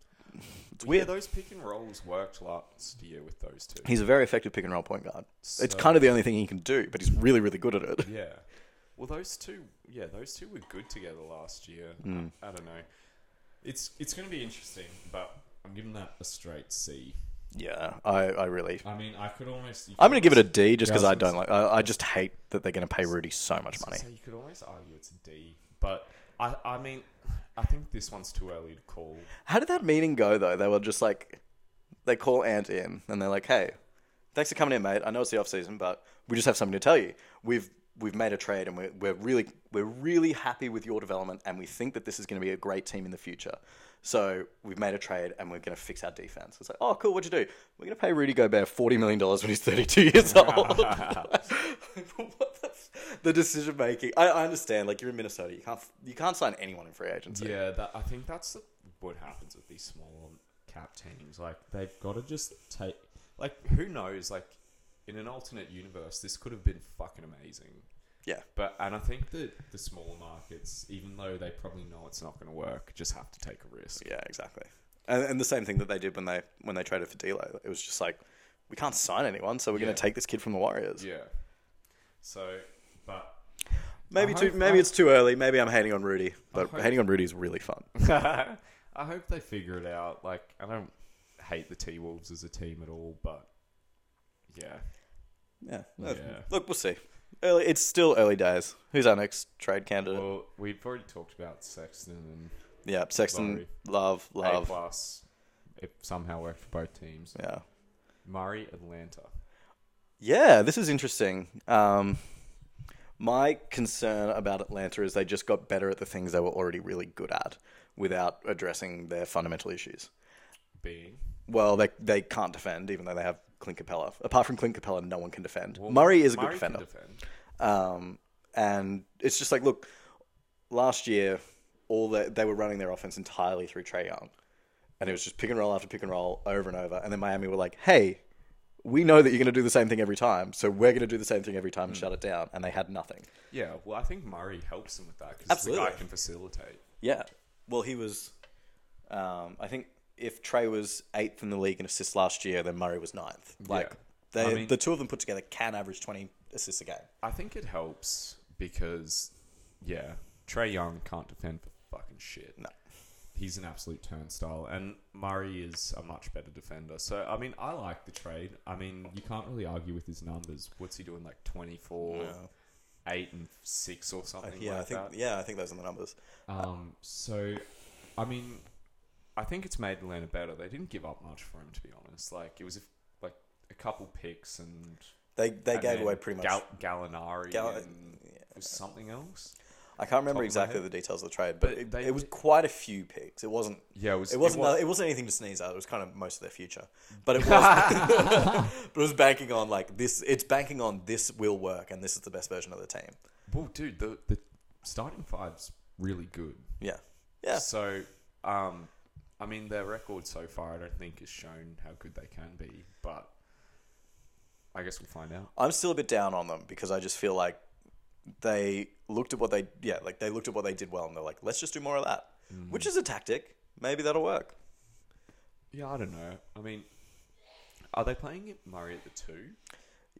Speaker 1: it's
Speaker 2: Yeah,
Speaker 1: weird.
Speaker 2: those pick and rolls worked last year with those two.
Speaker 1: He's a very effective pick and roll point guard. It's
Speaker 2: So-
Speaker 1: kind of the only thing he can do, but he's really really good at it.
Speaker 2: Yeah. Well, those two, yeah, those two were good together last year.
Speaker 1: Hmm.
Speaker 2: I, I don't know. It's it's going to be interesting, but
Speaker 3: I'm giving that a straight C.
Speaker 1: Yeah, I I really.
Speaker 3: I mean, I could almost. you
Speaker 1: I'm going
Speaker 3: could
Speaker 1: to give it a
Speaker 3: almost-
Speaker 1: D just
Speaker 3: Yeah,
Speaker 1: because
Speaker 3: I was
Speaker 1: I
Speaker 3: gonna
Speaker 1: don't like. I, I just hate that they're going to pay Rudy so much money.
Speaker 2: so you could almost argue it's a D, but I I mean, I think this one's too early to call.
Speaker 1: How did that meeting go though? They were just like, they call Ant in and they're like, "Hey, thanks for coming in, mate. I know it's the off season, but we just have something to tell you. We've we've made a trade and we're, we're really we're really happy with your development and we think that this is going to be a great team in the future. So we've made a trade and we're going to fix our defense. It's like, oh, cool. What'd you do? We're going to pay Rudy Gobert forty million dollars when he's thirty-two years old. What the, f- the decision making. I, I understand. Like you're in Minnesota, you can't f- you can't sign anyone in free agency.
Speaker 2: Yeah, that, I think
Speaker 3: think that's the, what happens with these smaller cap teams. Like they've got to just take.
Speaker 2: like who knows? Like in an alternate universe, this could have been fucking amazing.
Speaker 1: yeah.
Speaker 2: But and I think that
Speaker 3: The, the smaller markets, even though they probably know it's
Speaker 2: it's not going to work. Just have to take a risk.
Speaker 1: Yeah, exactly. And, and the same thing that they did when they when they traded for D'Lo. It was just like we can't sign anyone, so we're going
Speaker 2: Yeah.
Speaker 1: to take this kid from the Warriors.
Speaker 2: Yeah. So, but
Speaker 1: Maybe
Speaker 2: I
Speaker 1: too,
Speaker 2: hope-
Speaker 1: maybe
Speaker 2: I-
Speaker 1: it's too early. Maybe I'm hating on Rudy, but
Speaker 2: hope-
Speaker 1: hating on Rudy is really fun.
Speaker 2: I hope they figure it out. Like, I don't hate the T Wolves as a team at all, but yeah,
Speaker 1: Yeah. Uh,
Speaker 2: Yeah.
Speaker 1: Look, we'll see. Early, it's still early days. Who's our next trade candidate?
Speaker 2: well, we've already talked about Sexton
Speaker 1: yeah, Sexton,
Speaker 2: Lowry.
Speaker 1: Love,
Speaker 2: and A
Speaker 1: Love.
Speaker 2: plus. It somehow worked for both teams.
Speaker 1: Yeah.
Speaker 2: Murray, Atlanta.
Speaker 1: Yeah, this is interesting. Um, my concern about Atlanta is they just got better at the things they were already really good at without addressing their fundamental issues.
Speaker 2: Being
Speaker 1: Well, they they can't defend, even though they have Clint Capella. Apart from Clint Capella, no one can defend. Murray is a good
Speaker 2: Murray can
Speaker 1: defender,
Speaker 2: defend.
Speaker 1: um, and it's just like look, last year, all that they were running their offense entirely through Trey Young, and it was just pick and roll after pick and roll over and over. And then Miami were like, "Hey, we know that you're going to do the same thing every time, so we're going to do the same thing every time and
Speaker 2: Mm.
Speaker 1: shut it down." And they had nothing.
Speaker 2: Yeah, well, I think Murray helps him with that because the guy
Speaker 1: Absolutely.
Speaker 2: can facilitate.
Speaker 1: Yeah. Well, he was. Um, I think if Trey was eighth in the league in assists last year, then Murray was ninth. Like
Speaker 2: Yeah.
Speaker 1: they,
Speaker 2: I mean-
Speaker 1: the two of them put together can average twenty assists a game.
Speaker 2: I think it helps because, yeah, Trey Young can't defend for fucking shit.
Speaker 1: No.
Speaker 2: He's an absolute turnstile, and Murray is a much better defender. So, I mean, I like the trade. I mean, you can't really argue with his numbers. What's he doing, like 24,
Speaker 1: No. Uh,
Speaker 2: 8, and 6 or something?
Speaker 1: yeah,
Speaker 2: like
Speaker 1: I think
Speaker 2: that?
Speaker 1: yeah, I think those are the numbers.
Speaker 2: Um, so, I mean, I think it's made Atlanta better. They didn't give up much for him, to be honest. Like it was if, like a couple picks and
Speaker 1: They they
Speaker 2: and
Speaker 1: gave
Speaker 2: then
Speaker 1: away pretty much.
Speaker 2: Gal- Gallinari
Speaker 1: Gal-
Speaker 2: and was something else.
Speaker 1: I can't remember
Speaker 2: top of my
Speaker 1: exactly
Speaker 2: head.
Speaker 1: the details of the trade, but,
Speaker 2: But
Speaker 1: it,
Speaker 2: they-
Speaker 1: it was quite a few picks. It wasn't.
Speaker 2: Yeah, it was.
Speaker 1: It wasn't. It, was, not anything to sneeze at. It was kind of most of their future, but it was. but it was banking on like this. It's banking on this will work, and this is the best version of the team.
Speaker 2: well, dude, the the starting five's really good.
Speaker 1: Yeah. Yeah.
Speaker 2: So, um, I mean, their record so far, I don't think has shown how good they can be, but I guess we'll find out.
Speaker 1: I'm still a bit down on them because I just feel like they looked at what they yeah like they looked at what they did well and they're like let's just do more of that,
Speaker 3: Mm-hmm.
Speaker 1: which is a tactic. Maybe that'll work.
Speaker 2: Yeah, I don't know. I mean, are they playing Murray at the two?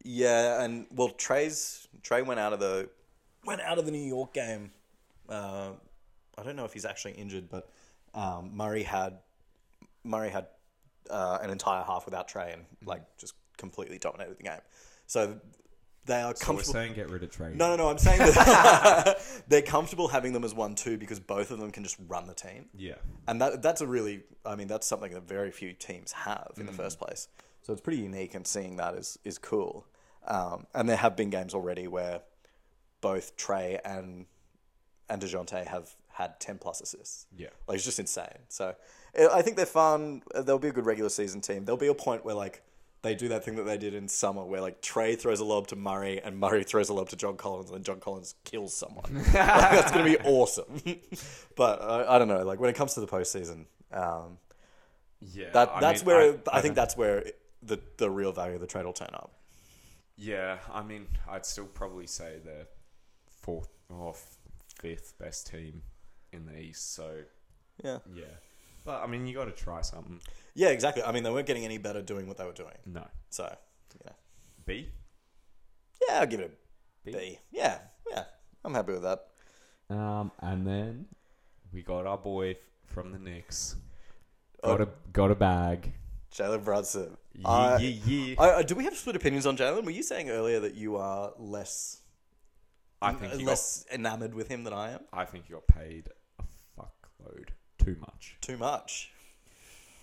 Speaker 1: Yeah, and well, Trey's Trey went out of the went out of the New York game. Uh, I don't know if he's actually injured, but um, Murray had Murray had uh, an entire half without Trey and
Speaker 3: Mm-hmm.
Speaker 1: like just completely dominated the game. So they are
Speaker 3: So we're
Speaker 1: comfortable.
Speaker 3: saying get rid of Trey.
Speaker 1: no, no, no. I'm saying that they're comfortable having them as one two because both of them can just run the team,
Speaker 2: Yeah.
Speaker 1: and that that's a really I mean that's something that very few teams have in the first place. So it's pretty unique, and seeing that is is cool. Um, and there have been games already where both Trey and and Dejounte have had ten plus assists.
Speaker 2: Yeah.
Speaker 1: Like it's just insane. So I I think they're fun. Uh, They'll be a good regular season team. There'll be a point where like they do that thing that they did in summer where like Trey throws a lob to Murray and Murray throws a lob to John Collins and then John Collins kills someone. Like, that's gonna be awesome. but uh, I don't know. Like when it comes to the postseason, um,
Speaker 2: Yeah.
Speaker 1: that
Speaker 2: I
Speaker 1: that's
Speaker 2: mean,
Speaker 1: where I, think
Speaker 2: don't-
Speaker 1: that's where the the real value of the trade will turn up.
Speaker 2: Yeah, I mean, I'd still probably say they're fourth or f- fifth best team in the East. So
Speaker 1: Yeah.
Speaker 2: yeah, but I mean, you got to try something.
Speaker 1: Yeah. Exactly. I mean, they weren't getting any better doing what they were doing.
Speaker 2: No,
Speaker 1: So you know.
Speaker 2: B.
Speaker 1: yeah, I'll give it a
Speaker 2: B?
Speaker 1: B. Yeah. Yeah. I'm happy with that.
Speaker 3: Um, and then
Speaker 2: We got our boy f- from the Knicks. Oh.
Speaker 3: got a got a bag.
Speaker 1: Jalen Brunson.
Speaker 2: Yeah,
Speaker 1: I-
Speaker 2: yeah, yeah.
Speaker 1: I, I, do we have split opinions on Jalen? Were you saying earlier that you are less
Speaker 2: I think he got.
Speaker 1: less enamored with him than I am?
Speaker 2: I think he got paid a fuckload too much.
Speaker 1: Too much.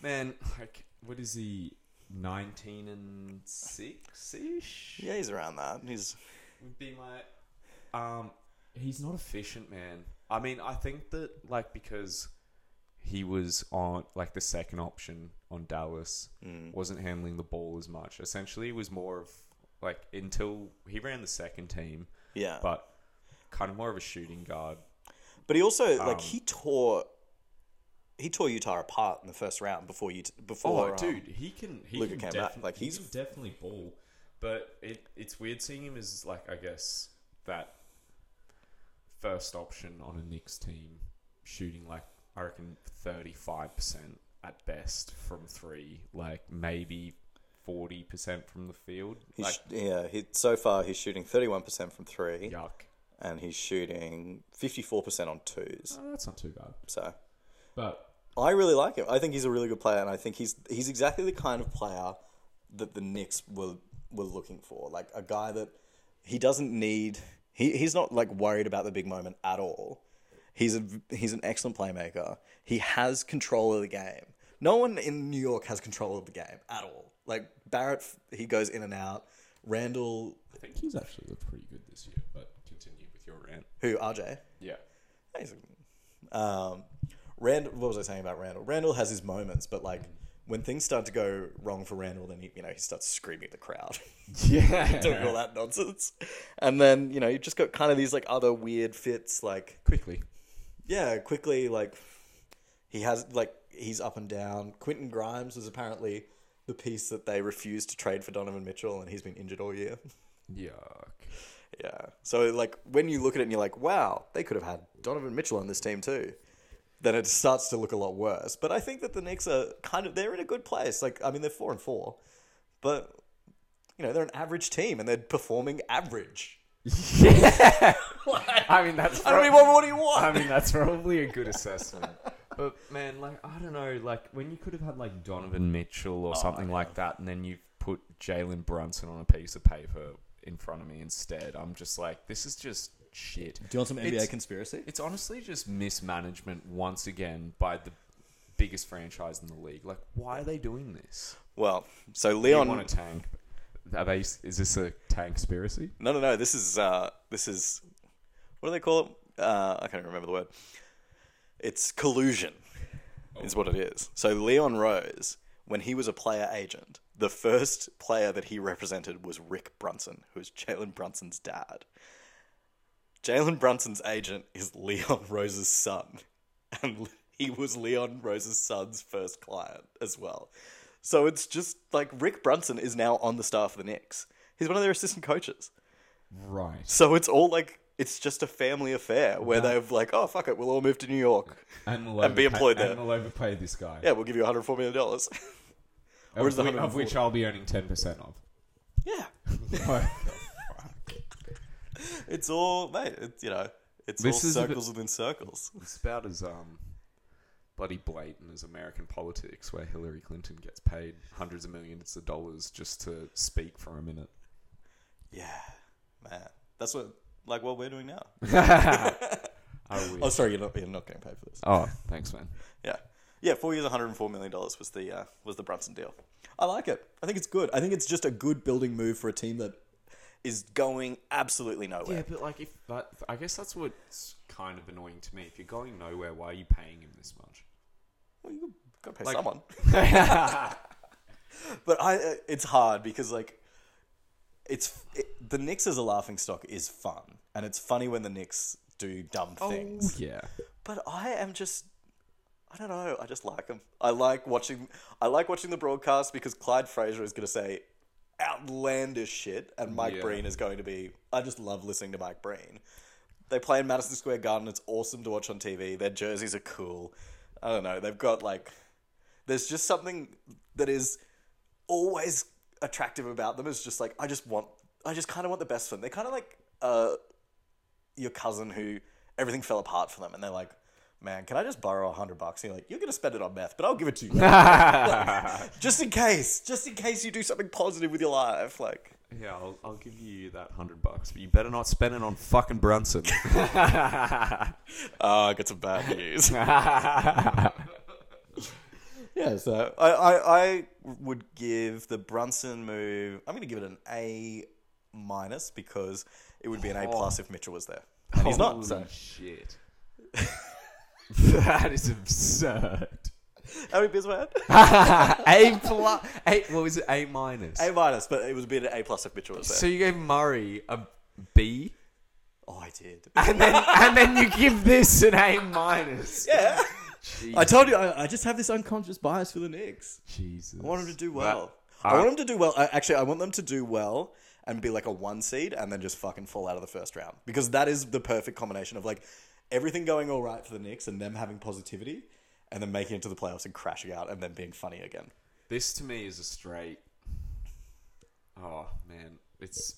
Speaker 2: Man, like, what is he? Nineteen and six ish.
Speaker 1: Yeah, he's around that. He's
Speaker 2: would be my um he's not efficient man i mean i think that like because he was on like the second option on dallas wasn't handling the ball as much essentially it was more of like until he ran the second team
Speaker 1: yeah, but,
Speaker 2: but kind of more of a shooting guard
Speaker 1: he also like
Speaker 2: um,
Speaker 1: he tore he tore Utah apart in the first round before you before
Speaker 2: oh
Speaker 1: um,
Speaker 2: dude he can he
Speaker 1: Luka
Speaker 2: can
Speaker 1: came back,
Speaker 2: defi-
Speaker 1: like,
Speaker 2: he
Speaker 1: he's-
Speaker 2: can definitely ball but it it's weird seeing him as like i guess that first option on a Knicks team, shooting like I reckon thirty five percent at best from three, like maybe forty percent from the field.
Speaker 1: he's
Speaker 2: like
Speaker 1: sh- yeah, he, so far he's shooting thirty one percent from three,
Speaker 2: yuck.
Speaker 1: and he's shooting fifty four percent on twos.
Speaker 2: Oh, that's not too bad.
Speaker 1: So
Speaker 2: But
Speaker 1: I really like him. I think he's a really good player, and I think he's he's exactly the kind of player that the Knicks were were looking for. Like a guy that he doesn't need. He, he's not like worried about the big moment at all. He's a he's an excellent playmaker. He has control of the game. No one in New York has control of the game at all. Like Barrett, he goes in and out. Randall,
Speaker 2: I think he's actually looked pretty good this year. But continue with your rant.
Speaker 1: who RJ,
Speaker 2: Yeah.
Speaker 1: He's a- Um, Randall, what was I saying about Randall? Randall has his moments, but like when things start to go wrong for Randall, then he, you know he starts screaming at the crowd, doing all
Speaker 2: Yeah.
Speaker 1: that nonsense, and then you know you've just got kind of these like other weird fits, like
Speaker 2: Quickly.
Speaker 1: yeah, quickly like he has like he's up and down. Quentin Grimes was apparently the piece that they refused to trade for Donovan Mitchell, and he's been injured all year.
Speaker 2: Yuck.
Speaker 1: Yeah. So like when you look at it and you're like, wow, they could have had Donovan Mitchell on this team too. then it starts to look a lot worse. But I think that the Knicks are kind of they're in a good place. Like I mean, they're four and four, but you know they're an average team and they're performing average.
Speaker 2: I mean, that's
Speaker 1: I don't mean, what more do you want?
Speaker 2: I mean, that's probably a good assessment. But man, like I don't know, like when you could have had like Donovan Mitchell or something like that, and then you've put Jalen Brunson on a piece of paper in front of me instead. I'm just like, this is just shit.
Speaker 1: do you want some NBA
Speaker 2: It's-
Speaker 1: conspiracy?
Speaker 2: It's honestly just mismanagement once again by the biggest franchise in the league. Like, why are they doing this?
Speaker 1: Well, so
Speaker 2: They
Speaker 1: Leon.
Speaker 2: want a tank. Are they? Is this a tank conspiracy?
Speaker 1: No, no, no. This is uh, this is what do they call it? Uh, I can't remember the word. It's collusion, is what it is. So Leon Rose, when he was a player agent, the first player that he represented was Rick Brunson, who is Jalen Brunson's dad. Jalen Brunson's agent is Leon Rose's son, and he was Leon Rose's son's first client as well. So it's just like Rick Brunson is now on the staff of the Knicks. He's one of their assistant coaches.
Speaker 3: Right.
Speaker 1: So it's all like it's just a family affair where they've like, oh fuck it, we'll all move to New York.
Speaker 3: And, we'll
Speaker 1: And be
Speaker 3: overpay-
Speaker 1: employed there.
Speaker 3: And we'll overpay this guy.
Speaker 1: Yeah, we'll give you 104 million dollars.
Speaker 3: Of,
Speaker 1: is the
Speaker 3: whi- of
Speaker 1: 140?
Speaker 3: which I'll be owning 10% of.
Speaker 1: yeah,
Speaker 3: Fuck.
Speaker 1: it's all mate. It's you know, it's
Speaker 2: This
Speaker 1: all
Speaker 2: is a bit-
Speaker 1: circles within circles.
Speaker 2: It's about as um, bloody blatant as American politics, where Hillary Clinton gets paid hundreds of millions of dollars just to speak for a minute.
Speaker 1: Yeah, man, that's what like what we're doing now.
Speaker 2: I
Speaker 1: oh,
Speaker 2: wish.
Speaker 1: sorry, you're not you're not getting paid for this.
Speaker 2: Oh, thanks, man.
Speaker 1: Yeah, yeah, four years, 104 million dollars was the uh, was the Brunson deal. I like it. I think it's good. I think it's just a good building move for a team that is going absolutely nowhere.
Speaker 2: Yeah, but like, if that, I guess that's what's kind of annoying to me. If you're going nowhere, why are you paying him this much?
Speaker 1: Well, you gotta pay
Speaker 2: Like-
Speaker 1: someone. but I, uh, it's hard because like, it's it, the Knicks as a laughing stock is fun, and it's funny when the Knicks do dumb things.
Speaker 2: Yeah,
Speaker 1: But I am just, I don't know. I just like them. I like watching. I like watching the broadcast because Clyde Frazier is gonna say outlandish shit, and Mike
Speaker 2: Yeah.
Speaker 1: Breen is going to be. I just love listening to Mike Breen. They play in Madison Square Garden. It's awesome to watch on TV. Their jerseys are cool. I don't know. They've got like there's just something that is always attractive about them. Is just like I just want, I just kind of want the best for them. They're kind of like uh, your cousin who everything fell apart for them, and they're like, "Man, can I just borrow a hundred bucks?" And you're like, "You're gonna spend it on meth, but I'll give it to you, Like, just in case, just in case you do something positive with your life." Like,
Speaker 2: yeah. I'll, I'll give you that hundred bucks, but you better not spend it on fucking Brunson.
Speaker 1: oh, I got some bad news. Yeah, so I, I, I would give the Brunson move. I'm going to give it an A minus because it would be an A plus if Mitchell was there. And he's not. So
Speaker 2: Holy shit. that is absurd.
Speaker 1: how many beers have I had?
Speaker 2: A plus. A, what was it? A minus.
Speaker 1: A minus, but it would be an A plus if Mitchell was there.
Speaker 2: so you gave Murray a B,
Speaker 1: oh, I did.
Speaker 2: and then and then you give this an A minus.
Speaker 1: yeah. I told you, I, I just have this unconscious bias for the Knicks.
Speaker 2: Jesus.
Speaker 1: I want them to do well. I
Speaker 2: That-
Speaker 1: want them to do well. I, actually, I want them to do well and be like a one seed and then just fucking fall out of the first round because that is the perfect combination of like everything going all right for the Knicks and them having positivity and then making it to the playoffs and crashing out and then being funny again.
Speaker 2: This to me is a straight. Oh man, it's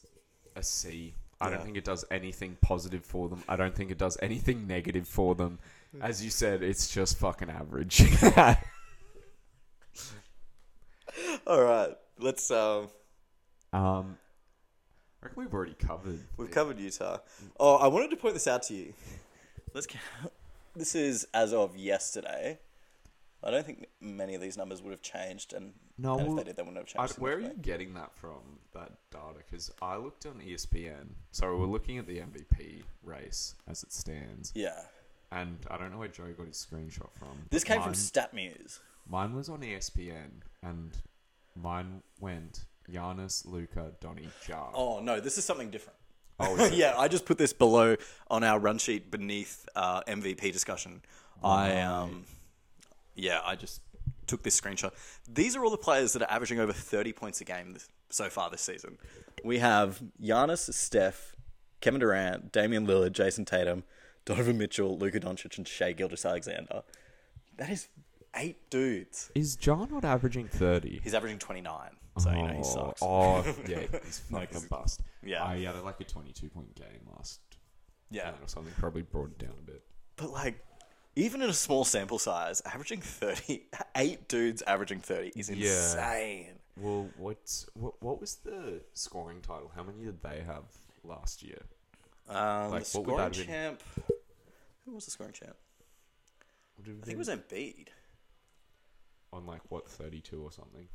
Speaker 2: a C. I don't
Speaker 1: Yeah.
Speaker 2: think it does anything positive for them. I don't think it does anything negative for them. As you said, it's just fucking average.
Speaker 1: All right, let's. Um,
Speaker 2: um, I reckon we've already covered.
Speaker 1: we've covered Utah. Oh, I wanted to point this out to you. Let's. ca- This is as of yesterday. I don't think many of these numbers would have changed, and,
Speaker 2: No,
Speaker 1: and if
Speaker 2: well,
Speaker 1: they did, they wouldn't have
Speaker 2: I,
Speaker 1: changed.
Speaker 2: where are you
Speaker 1: significantly.
Speaker 2: getting that from? That data? Because I looked on E ESPN. So we're looking at the MVP race as it stands,
Speaker 1: Yeah,
Speaker 2: and I don't know where Joe got his screenshot from.
Speaker 1: this came
Speaker 2: Mine-
Speaker 1: from StatMuse.
Speaker 2: Mine was on E ESPN, and mine went Giannis, Luca, Donny, Jar.
Speaker 1: Oh no, this is something different.
Speaker 2: Oh, is it?
Speaker 1: yeah, I just put this below on our run sheet beneath uh, MVP discussion. I um, yeah, I just took this screenshot. These are all the players that are averaging over thirty points a game this, so far this season. We have Giannis, Steph, Kevin Durant, Damian Lillard, Jason Tatum, Donovan Mitchell, Luka Doncic, and Shea Gildas Alexander. That is eight dudes.
Speaker 2: Is Jar not averaging 30?
Speaker 1: He's averaging 29. So, you know, he sucks.
Speaker 2: Oh, yeah, he's
Speaker 1: Like,
Speaker 2: fucking bust.
Speaker 1: yeah.
Speaker 2: I had like a 22 point game last
Speaker 1: Yeah.
Speaker 2: night or something. Probably brought it down a bit.
Speaker 1: But, like, even in a small sample size, averaging 30, eight dudes averaging 30 is
Speaker 2: Yeah.
Speaker 1: insane.
Speaker 2: Well, what's what? What was the scoring title? How many did they have last year?
Speaker 1: Um,
Speaker 2: Like,
Speaker 1: the
Speaker 2: what would that
Speaker 1: scoring
Speaker 2: have been?
Speaker 1: champ. Who was the scoring champ?
Speaker 2: Would it have
Speaker 1: I think it
Speaker 2: been
Speaker 1: was Embiid.
Speaker 2: on like what 32 or something.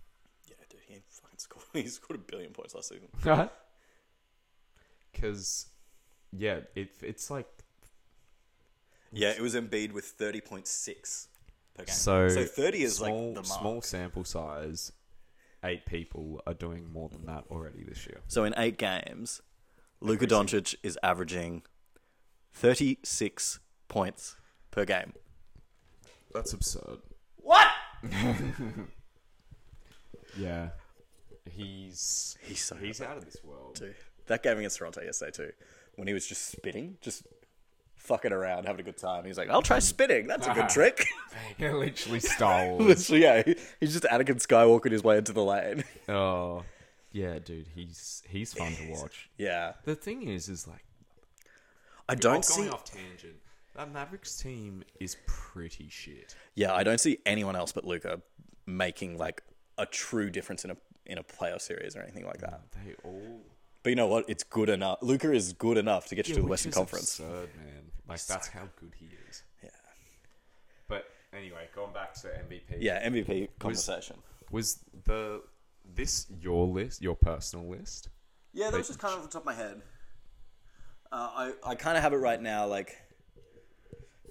Speaker 1: Yeah, dude, he ain't fucking scored. He scored a billion points last season.
Speaker 2: Because yeah, it, it's like
Speaker 1: Yeah, it was Embiid with 30.6 per game.
Speaker 2: so.
Speaker 1: 30 is
Speaker 2: small,
Speaker 1: like the mark.
Speaker 2: small sample size. Eight people are doing more than that already this year.
Speaker 1: So in eight games, Luka Doncic is averaging 36 points per game.
Speaker 2: That's absurd.
Speaker 1: What?
Speaker 2: Yeah, he's
Speaker 1: He's so
Speaker 2: he's out of this world.
Speaker 1: Dude, That game against Toronto yesterday, too, when he was just spitting, just fucking around, having a good time. He was like, I'll try spitting. That's a good trick.
Speaker 2: He literally stole.
Speaker 1: Literally, yeah. he- He's just Anakin Skywalker his way into the lane.
Speaker 2: oh, yeah, dude, he's he's fun to watch.
Speaker 1: yeah.
Speaker 2: The thing is, is like
Speaker 1: I don't
Speaker 2: I'm going
Speaker 1: see.
Speaker 2: off tangent. That Mavericks team is pretty shit.
Speaker 1: Yeah, I don't see anyone else but Luca making like a true difference in a in a playoff series or anything like that.
Speaker 2: They all
Speaker 1: But you know what? It's good enough. Luca is good enough to get you to the
Speaker 2: Which
Speaker 1: Western
Speaker 2: is
Speaker 1: Conference.
Speaker 2: Absurd, man. Like that's how good he is.
Speaker 1: Yeah.
Speaker 2: But anyway, going back to MVP.
Speaker 1: Yeah, MVP conversation.
Speaker 2: Was the this your list, your personal list?
Speaker 1: Yeah, that was just kind of off the top of my head. Uh, I I kind of have it right now. Like,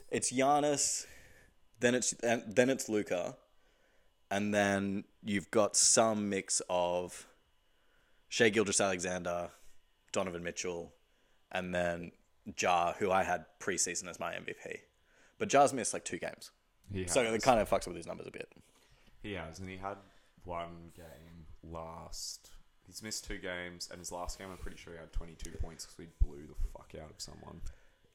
Speaker 1: it's Giannis, then it's and then it's Luca, and then you've got some mix of Shea Gilgis Alexander, Donovan Mitchell, and then Ja, who I had preseason as my MVP. But Ja's missed like two games,
Speaker 2: He
Speaker 1: so it kind of fucks with his numbers a bit.
Speaker 2: He has, and he had one game last. He's missed two games, and his last game, I'm pretty sure he had 22 points because we blew the fuck out of someone.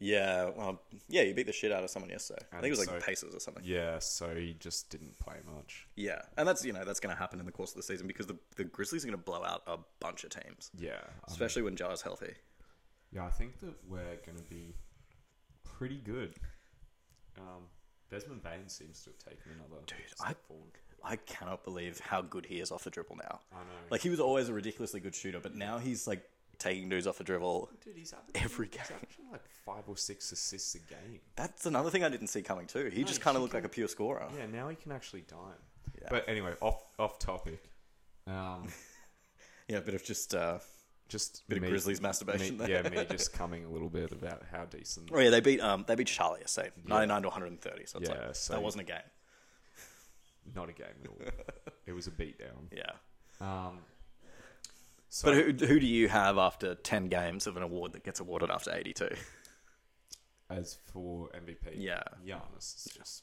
Speaker 1: Yeah, well, yeah, you beat the shit out of someone yesterday. I think it was like
Speaker 2: so-
Speaker 1: Pacers or something.
Speaker 2: Yeah, so he just didn't play much.
Speaker 1: Yeah, and that's you know that's going to happen in the course of the season because the the Grizzlies are going to blow out a bunch of teams,
Speaker 2: Yeah, um,
Speaker 1: especially when Jar's healthy.
Speaker 2: yeah. I think that we're gonna be pretty good. Um, Desmond Bain seems to have taken another step
Speaker 1: I-
Speaker 2: forward.
Speaker 1: I cannot believe how good he is off the dribble now.
Speaker 2: I know,
Speaker 1: Like he was always a ridiculously good shooter, but now he's like taking dudes off the dribble.
Speaker 2: dude. He's averaging,
Speaker 1: every
Speaker 2: he's
Speaker 1: game.
Speaker 2: averaging like five or six assists a game.
Speaker 1: That's another thing I didn't see coming too. He just
Speaker 2: he
Speaker 1: kind of looked like a pure scorer.
Speaker 2: Yeah, now he can actually dime.
Speaker 1: Yeah.
Speaker 2: But anyway, off off topic. Um,
Speaker 1: Yeah, a bit of just uh,
Speaker 2: just
Speaker 1: bit of Grizzlies masturbation.
Speaker 2: me,
Speaker 1: there.
Speaker 2: yeah, me just coming a little bit about how decent.
Speaker 1: Oh yeah, they beat um they beat Charlie, say ninety nine to one hundred and thirty. So it's
Speaker 2: Yeah,
Speaker 1: like
Speaker 2: so-
Speaker 1: that wasn't a game.
Speaker 2: Not a game at all. It was a beatdown.
Speaker 1: Yeah.
Speaker 2: Um, so
Speaker 1: But who, who do you have after ten games of an award that gets awarded after eighty two?
Speaker 2: as for MVP,
Speaker 1: Yeah.
Speaker 2: Giannis is just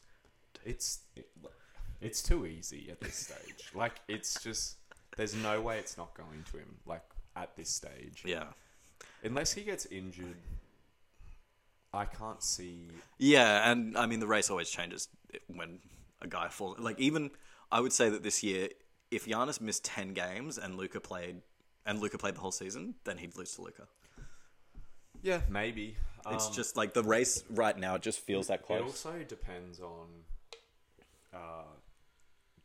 Speaker 2: it's it, it's too easy at this stage. like it's just there's no way it's not going to him. Like at this stage,
Speaker 1: Yeah.
Speaker 2: unless he gets injured, I can't see.
Speaker 1: Yeah, and I mean the race always changes when a guy falls. Like even I would say that this year, if Giannis missed ten games and Luca played, and Luca played the whole season, then he'd lose to Luca.
Speaker 2: Yeah, maybe
Speaker 1: It's
Speaker 2: Um,
Speaker 1: just like the race right now. It just feels that
Speaker 2: It
Speaker 1: close.
Speaker 2: also depends on uh,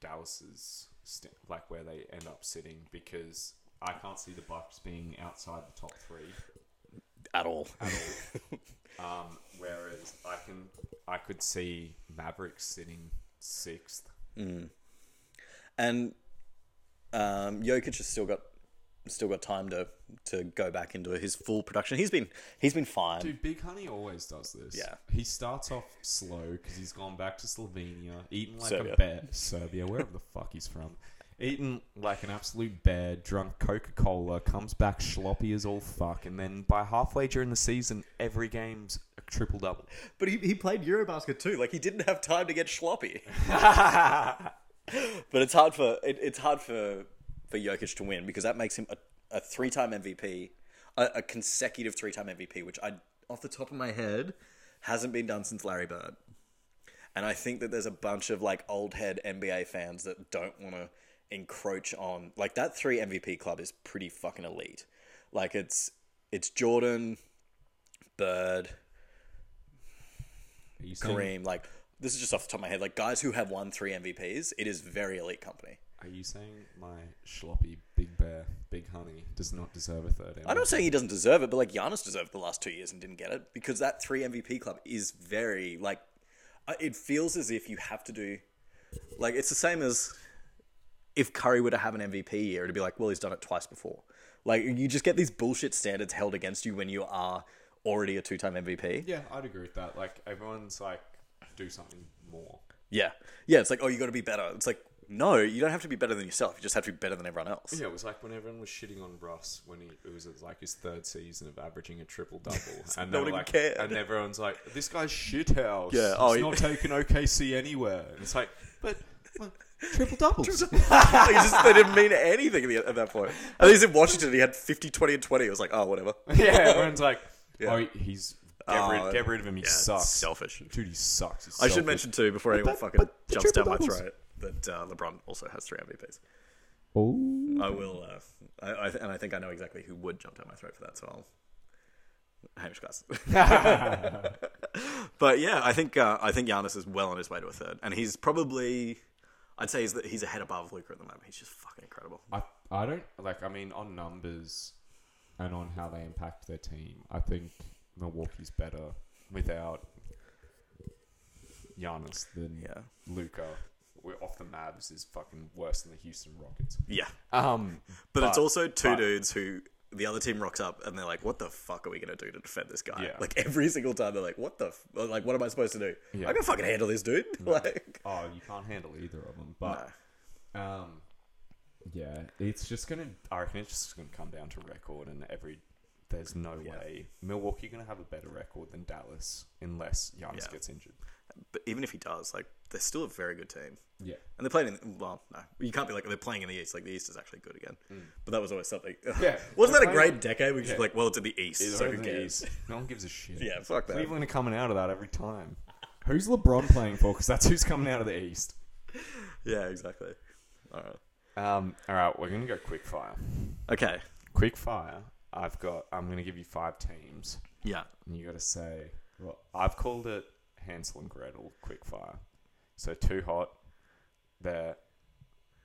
Speaker 2: Dallas's st- like where they end up sitting because I can't see the Bucks being outside the top three
Speaker 1: At all.
Speaker 2: at all. um, whereas I can I could see Mavericks sitting sixth.
Speaker 1: And um, Jokic has still got still got time to to go back into his full production. He's been he's been fine.
Speaker 2: Dude, Big Honey always does this.
Speaker 1: Yeah.
Speaker 2: he starts off slow because he's gone back to Slovenia, eating like
Speaker 1: Serbia.
Speaker 2: a bear. Serbia, wherever the fuck he's from, eating like an absolute bear, drunk Coca Cola, comes back sloppy as all fuck, and then by halfway during the season, every game's a triple double.
Speaker 1: But he, he played Eurobasket too. Like he didn't have time to get schloppy. but it's hard for it, it's hard for for Jokic to win because that makes him a, a three time MVP, a, a consecutive three time MVP. Which I, off the top of my head, hasn't been done since Larry Bird. And I think that there's a bunch of like old head NBA fans that don't want to encroach on like that three MVP club is pretty fucking elite. Like it's it's Jordan, Bird,
Speaker 2: Are you saying,
Speaker 1: Kareem. Like this is just off the top of my head. Like guys who have won three MVPs, it is very elite company.
Speaker 2: Are you saying my schloppy big bear, big honey, does not deserve a third?
Speaker 1: I'm not saying he doesn't deserve it, but like Giannis deserved the last two years and didn't get it because that three MVP club is very like uh, it feels as if you have to do like it's the same as if Curry were to have an MVP year, it'd be like, well, he's done it twice before. Like you just get these bullshit standards held against you when you are already a two-time MVP.
Speaker 2: Yeah, I'd agree with that. Like everyone's like, do something more.
Speaker 1: Yeah, yeah. It's like, oh, you got to be better. It's like, no, you don't have to be better than yourself. You just have to be better than everyone else.
Speaker 2: Yeah, it was like when everyone was shitting on Russ when he it was his, like his third season of averaging a triple double, and
Speaker 1: no
Speaker 2: they were
Speaker 1: one
Speaker 2: like,
Speaker 1: cared.
Speaker 2: and everyone's like, this guy's shit house.
Speaker 1: Yeah,
Speaker 2: he's
Speaker 1: oh, he-
Speaker 2: not taking OKC anywhere. And it's like, but well, triple doubles.
Speaker 1: Like, it's just- they didn't mean anything at, the, at that point. At least in Washington, he had 50, 20, and 20. It was like, oh, whatever.
Speaker 2: yeah, everyone's like, oh, he's get,
Speaker 1: Oh,
Speaker 2: rid, get rid of him. He sucks.
Speaker 1: Selfish.
Speaker 2: Dude, he sucks. He's
Speaker 1: I should
Speaker 2: selfish.
Speaker 1: mention, too, before anyone
Speaker 2: that-
Speaker 1: fucking
Speaker 2: but the
Speaker 1: jumps down
Speaker 2: triple
Speaker 1: my
Speaker 2: doubles.
Speaker 1: throat, that uh, LeBron also has three MVPs.
Speaker 2: Oh.
Speaker 1: I will, uh, I, I th- and I think I know exactly who would jump down my throat for that, so I'll. Hamish Glass. but yeah, I think uh, I think Giannis is well on his way to a third, and he's probably, I'd say he's the, he's a head above Luca at the moment. He's just fucking incredible.
Speaker 2: I I don't like. I mean, on numbers and on how they impact their team, I think Milwaukee's better without Giannis than
Speaker 1: Yeah,
Speaker 2: Luca. We're off the Mavs is fucking worse than the Houston Rockets.
Speaker 1: yeah.
Speaker 2: Um,
Speaker 1: But, it's
Speaker 2: But-
Speaker 1: also two
Speaker 2: but-
Speaker 1: dudes who the other team rocks up and they're like, "What the fuck are we gonna do to defend this guy?"
Speaker 2: Yeah.
Speaker 1: Like every single time they're like, "What the f- like? What am I supposed to do?
Speaker 2: Yeah.
Speaker 1: I can fucking handle this dude." Like,
Speaker 2: oh, you can't handle either of them. But um, yeah, it's just gonna. I reckon it's just gonna come down to record and every. There's no
Speaker 1: Yeah.
Speaker 2: way Milwaukee gonna have a better record than Dallas unless Giannis
Speaker 1: Yeah.
Speaker 2: gets injured.
Speaker 1: but even if he does, like, they're still a very good team.
Speaker 2: Yeah.
Speaker 1: And they're playing in well, no, you can't be like they're playing in the East. Like the East is actually good again, but that was always something.
Speaker 2: Mm. Yeah.
Speaker 1: wasn't that a
Speaker 2: They're playing-
Speaker 1: great decade? We just
Speaker 2: Yeah.
Speaker 1: like, well, it's in the East, so
Speaker 2: So
Speaker 1: who cares?
Speaker 2: No one gives a shit.
Speaker 1: Yeah, fuck that.
Speaker 2: Cleveland are coming out of that every time. Who's LeBron playing for? Because that's who's coming out of the East.
Speaker 1: Yeah, exactly. All right,
Speaker 2: Um, all right, we're gonna go quick fire.
Speaker 1: okay,
Speaker 2: Quick fire. I've got. I'm gonna give you five teams,
Speaker 1: yeah,
Speaker 2: and you got to say. Well, I've called it Hansel and Gretel quick fire. So too hot. They're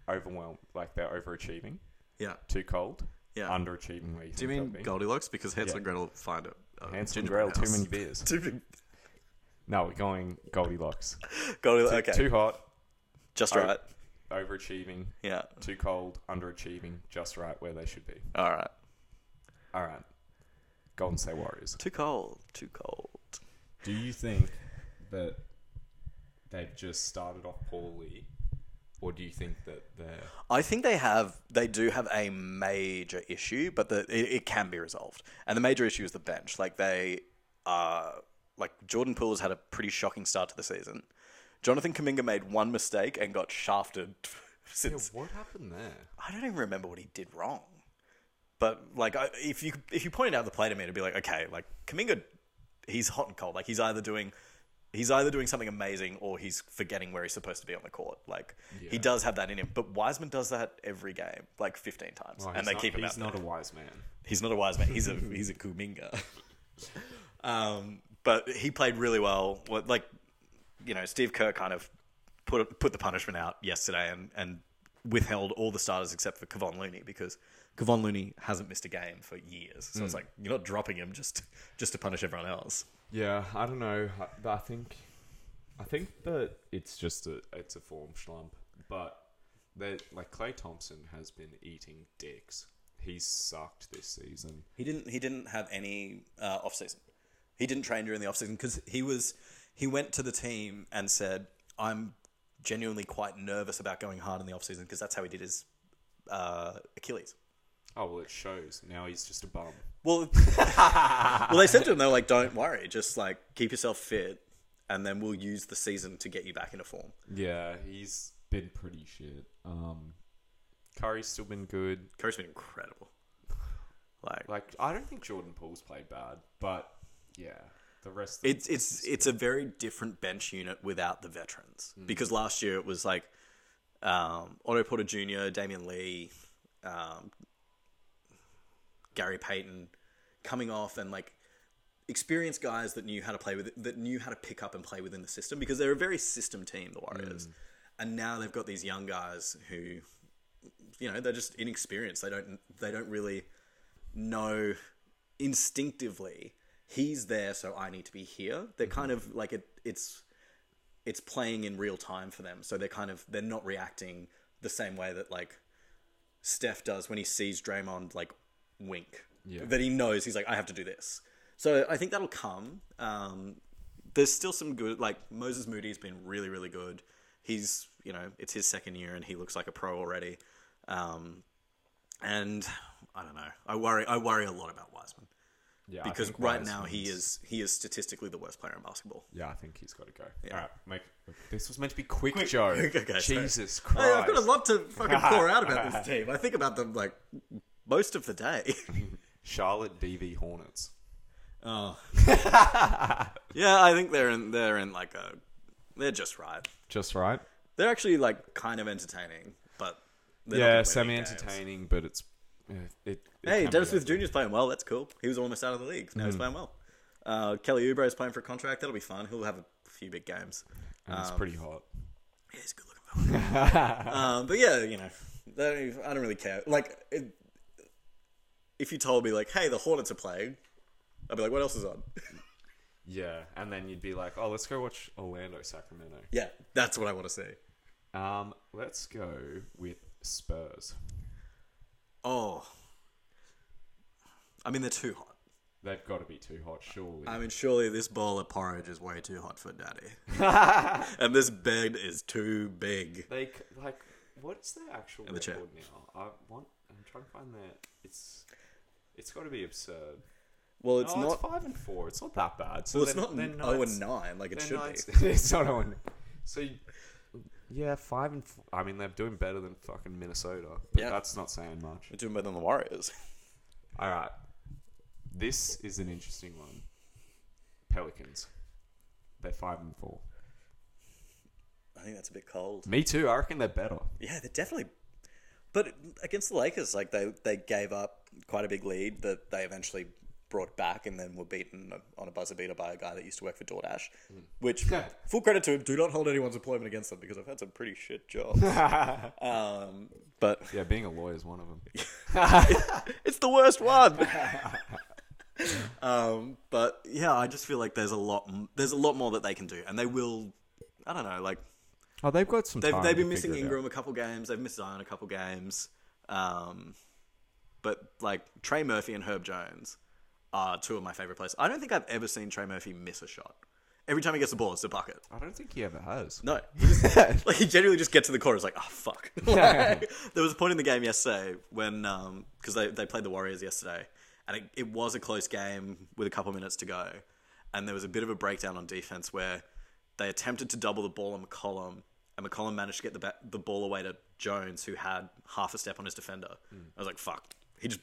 Speaker 2: overwhelmed. Like they're overachieving.
Speaker 1: yeah,
Speaker 2: Too cold.
Speaker 1: yeah.
Speaker 2: Underachieving. Where you
Speaker 1: do you
Speaker 2: think
Speaker 1: mean
Speaker 2: they'll be.
Speaker 1: Goldilocks? Because Hansel
Speaker 2: Yeah.
Speaker 1: and Gretel find it. Uh,
Speaker 2: Hansel and
Speaker 1: gingerbread
Speaker 2: Gretel? Too
Speaker 1: house.
Speaker 2: many beers.
Speaker 1: Too big.
Speaker 2: No, we're going Goldilocks.
Speaker 1: Goldilocks. Okay,
Speaker 2: Too hot.
Speaker 1: just
Speaker 2: Oh.
Speaker 1: right.
Speaker 2: Overachieving.
Speaker 1: Yeah.
Speaker 2: too cold, underachieving, just right where they should be.
Speaker 1: All right.
Speaker 2: All right. Golden State Warriors.
Speaker 1: Too cold. Too cold.
Speaker 2: Do you think that they've just started off poorly, or do you think that they're
Speaker 1: I think they have. They do have a major issue, but the it, it can be resolved. And the major issue is the bench. Like they are. Like Jordan Poole has had a pretty shocking start to the season. Jonathan Kaminga made one mistake and got shafted since
Speaker 2: what happened there?
Speaker 1: I don't even remember what he did wrong. But like, I, if you if you pointed out the play to me, it'd be like, okay, like Kaminga, he's hot and cold. Like he's either doing he's either doing something amazing or he's forgetting where he's supposed to be on the court. Like he does have that in him. But Wiseman does that every game, like fifteen times, and they keep him out.
Speaker 2: He's
Speaker 1: there.
Speaker 2: not a wise man.
Speaker 1: He's not a wise man. He's a he's a Kuminga. um, but he played really well. What like you know, Steve Kerr kind of put put the punishment out yesterday and and withheld all the starters except for Kevon Looney because Kevon Looney hasn't missed a game for years. So it's like you're not dropping him just just to punish everyone else.
Speaker 2: Yeah, I don't know. I, I think, I think that it's just a it's a form schlump. But they like Clay Thompson has been eating dicks. He's sucked this season.
Speaker 1: He didn't. He didn't have any uh, off season. He didn't train during the off season because he was. He went to the team and said, "I'm genuinely quite nervous about going hard in the off season because that's how he did his uh, Achilles."
Speaker 2: Oh well, it shows. Now he's just a bum.
Speaker 1: Well, well, they said to him, "They're like, don't worry, just like keep yourself fit, and then we'll use the season to get you back into form."
Speaker 2: Yeah, Uh, he's been pretty shit. Um, Curry's still been good.
Speaker 1: Curry's been incredible. Like,
Speaker 2: Like I don't think Jordan Poole's played bad, but yeah, the rest. Of
Speaker 1: It's it's it's a very different bench unit without the veterans because last year it was like um, Otto Porter Jr., Damian Lee, um, Gary Payton coming off and like experienced guys that knew how to play with that knew how to pick up and play within the system because they're a very system team, the Warriors, and now they've got these young guys who you know they're just inexperienced. They don't they don't really know instinctively he's there so i need to be here they're kind of like it, it's it's playing in real time for them so they're kind of they're not reacting the same way that like steph does when he sees draymond like wink
Speaker 2: Yeah.
Speaker 1: that he knows he's like i have to do this so i think that'll come um, there's still some good like moses moody's been really really good he's you know it's his second year and he looks like a pro already um, and i don't know i worry i worry a lot about wiseman
Speaker 2: yeah, I
Speaker 1: because
Speaker 2: think
Speaker 1: right
Speaker 2: Wise
Speaker 1: now he
Speaker 2: wins.
Speaker 1: is he is statistically the worst player in basketball.
Speaker 2: Yeah, I think he's got to go.
Speaker 1: Yeah.
Speaker 2: All right, make this was meant to be quick, Joe.
Speaker 1: Okay, sorry.
Speaker 2: Jesus
Speaker 1: Hey,
Speaker 2: Christ!
Speaker 1: I've got a lot to fucking pour out about this team. I think about them like most of the day.
Speaker 2: Charlotte DV Hornets.
Speaker 1: Oh, yeah, I think they're in they're in like a they're just right.
Speaker 2: Just right.
Speaker 1: They're actually like kind of entertaining, but they're not
Speaker 2: yeah,
Speaker 1: gonna win any games.
Speaker 2: semi-entertaining, but it's uh, it. it
Speaker 1: Hey,
Speaker 2: can
Speaker 1: Dennis
Speaker 2: be
Speaker 1: Smith Jr. is playing well. That's cool. He was almost out of the league. Now he's playing well. Uh, Kelly Oubre is playing for a contract. That'll be fun. He'll have a few big games.
Speaker 2: and
Speaker 1: Um,
Speaker 2: it's pretty hot.
Speaker 1: Yeah, he's a good looking fella. um, but yeah, you know, I don't, even- I don't really care. Like, it, if you told me, like, hey, the Hornets are playing, I'd be like, what else is on?
Speaker 2: Yeah, and then you'd be like, "Oh, let's go watch Orlando, Sacramento."
Speaker 1: yeah, that's what I want to see.
Speaker 2: Um, let's go with Spurs.
Speaker 1: Oh. I mean, they're too hot.
Speaker 2: They've got to be too hot, surely.
Speaker 1: I mean, surely this bowl of porridge is way too hot for daddy. and this bed is too big.
Speaker 2: they c- like what's their actual
Speaker 1: the chair.
Speaker 2: record now? I want. I'm trying to find their. It's. It's got to be absurd.
Speaker 1: Well, it's
Speaker 2: Oh,
Speaker 1: not.
Speaker 2: five and four. It's not that bad. So
Speaker 1: well, it's
Speaker 2: then-
Speaker 1: not
Speaker 2: then
Speaker 1: 0
Speaker 2: Knights-
Speaker 1: and 9 like it
Speaker 2: They're
Speaker 1: should
Speaker 2: Knights-
Speaker 1: be.
Speaker 2: it's not on. So, you- yeah, five and four. I mean, they're doing better than fucking Minnesota, but
Speaker 1: Yeah.
Speaker 2: that's not saying much.
Speaker 1: They're doing better than the Warriors.
Speaker 2: All right, this is an interesting one. Pelicans, they're five and four.
Speaker 1: I think that's a bit cold.
Speaker 2: Me too. I reckon they're better.
Speaker 1: Yeah, they're definitely. But against the Lakers, like they they gave up quite a big lead that they eventually brought back, and then were beaten on a buzzer beater by a guy that used to work for DoorDash. Which full credit to him. Do not hold anyone's employment against them because I've had some pretty shit jobs. um, but
Speaker 2: Yeah, being a lawyer is one of them.
Speaker 1: it's the worst one. um, but yeah, I just feel like there's a lot there's a lot more that they can do, and they will. I don't know, like
Speaker 2: Oh, they've got some.
Speaker 1: They've,
Speaker 2: time
Speaker 1: they've
Speaker 2: to
Speaker 1: been missing
Speaker 2: figure it out.
Speaker 1: Ingram a couple games. They've missed Zion a couple games. Um, but like Trey Murphy and Herb Jones are two of my favorite players. I don't think I've ever seen Trey Murphy miss a shot. Every time he gets the ball, it's a bucket.
Speaker 2: I don't think he ever has.
Speaker 1: No, he just, like he generally just gets to the corner. It's like, oh fuck. Like, there was a point in the game yesterday when because they, they played the Warriors yesterday, and it, it was a close game with a couple minutes to go, and there was a bit of a breakdown on defense where they attempted to double the ball on McCollum, and McCollum managed to get the ba- the ball away to Jones, who had half a step on his defender. I was like, fuck. He just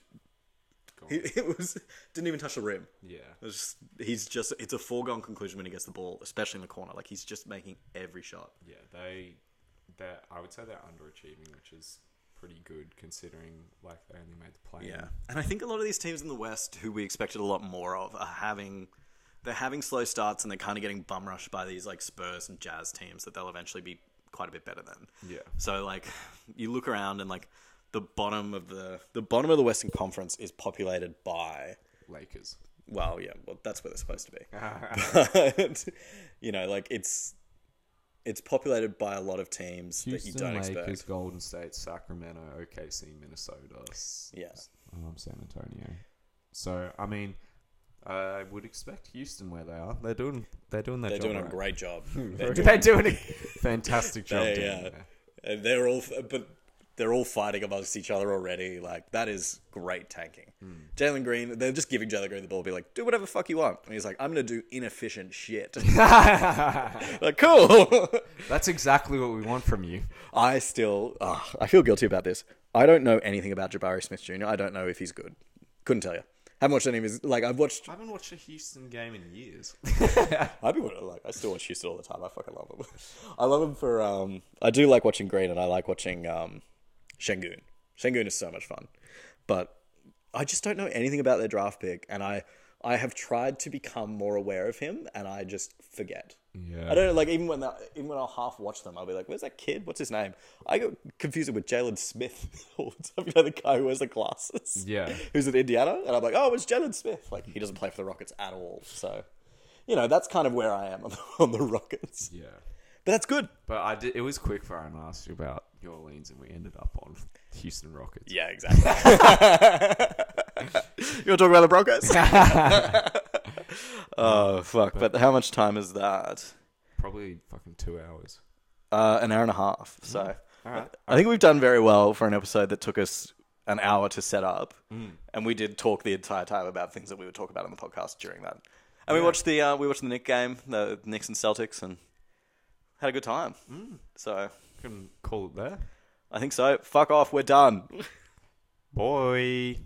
Speaker 1: he, it was didn't even touch the rim.
Speaker 2: Yeah.
Speaker 1: It's just, he's just, it's a foregone conclusion when he gets the ball, especially in the corner. Like, he's just making every shot.
Speaker 2: Yeah, they they I would say they're underachieving, which is pretty good considering like they only made the play.
Speaker 1: And I think a lot of these teams in the West who we expected a lot more of are having, they're having slow starts and they're kind of getting bum rushed by these, like, Spurs and Jazz teams that they'll eventually be quite a bit better than.
Speaker 2: Yeah.
Speaker 1: So, like, you look around and, like, the bottom of the, the bottom of the Western Conference is populated by
Speaker 2: Lakers.
Speaker 1: well, yeah, well, that's where they're supposed to be. but, you know, like it's it's populated by a lot of teams that you don't expect.
Speaker 2: Golden State, Sacramento, OKC, Minnesota. s-
Speaker 1: Yeah.
Speaker 2: Um, San Antonio. So I mean, I would expect Houston where they are. They're doing they're doing their
Speaker 1: They're
Speaker 2: job.
Speaker 1: doing a
Speaker 2: right.
Speaker 1: great job. They're,
Speaker 2: They're doing- They're doing a fantastic job.
Speaker 1: They,
Speaker 2: down
Speaker 1: uh,
Speaker 2: there.
Speaker 1: and they're all, but they're all fighting amongst each other already. Like that is great tanking. Jalen Green, they're just giving Jalen Green the ball, be like, do whatever the fuck you want, and he's like, I'm gonna do inefficient shit. like, cool.
Speaker 2: That's exactly what we want from you.
Speaker 1: I still, ah, I feel guilty about this. I don't know anything about Jabari Smith Jr. I don't know if he's good. Couldn't tell you. Haven't watched any of his. Like I've watched.
Speaker 2: I haven't watched a Houston game in years.
Speaker 1: I've been like I still watch Houston all the time. I fucking love him. I love him for. Um, I do like watching Green, and I like watching um, Shengun. Shengun is so much fun, but I just don't know anything about their draft pick, and I I have tried to become more aware of him, and I just forget.
Speaker 2: Yeah.
Speaker 1: I don't know, like even when that, even when I'll half watch them, I'll be like, "Where's that kid? What's his name?" I got confused with Jalen Smith, all the time. you know, the guy who wears the glasses.
Speaker 2: Yeah.
Speaker 1: who's in Indiana, and I'm like, "Oh, it's Jalen Smith." Like he doesn't play for the Rockets at all, so you know that's kind of where I am on the, on the Rockets.
Speaker 2: yeah.
Speaker 1: But that's good.
Speaker 2: But I did, it was quick fire and I asked you about New Orleans and we ended up on Houston Rockets.
Speaker 1: Yeah, exactly. you want to talk about the Broncos? oh fuck! But how much time is that?
Speaker 2: Probably fucking two hours.
Speaker 1: Uh, an hour and a half. So.
Speaker 2: Mm-hmm. All right.
Speaker 1: I think we've done very well for an episode that took us an hour to set up,
Speaker 2: Mm.
Speaker 1: and we did talk the entire time about things that we would talk about on the podcast during that. And we watched the uh, we watched the Nick game, the Knicks and Celtics, and had a good time.
Speaker 2: Mm.
Speaker 1: So
Speaker 2: Can call it there.
Speaker 1: I think so. Fuck off. We're done.
Speaker 2: Boy.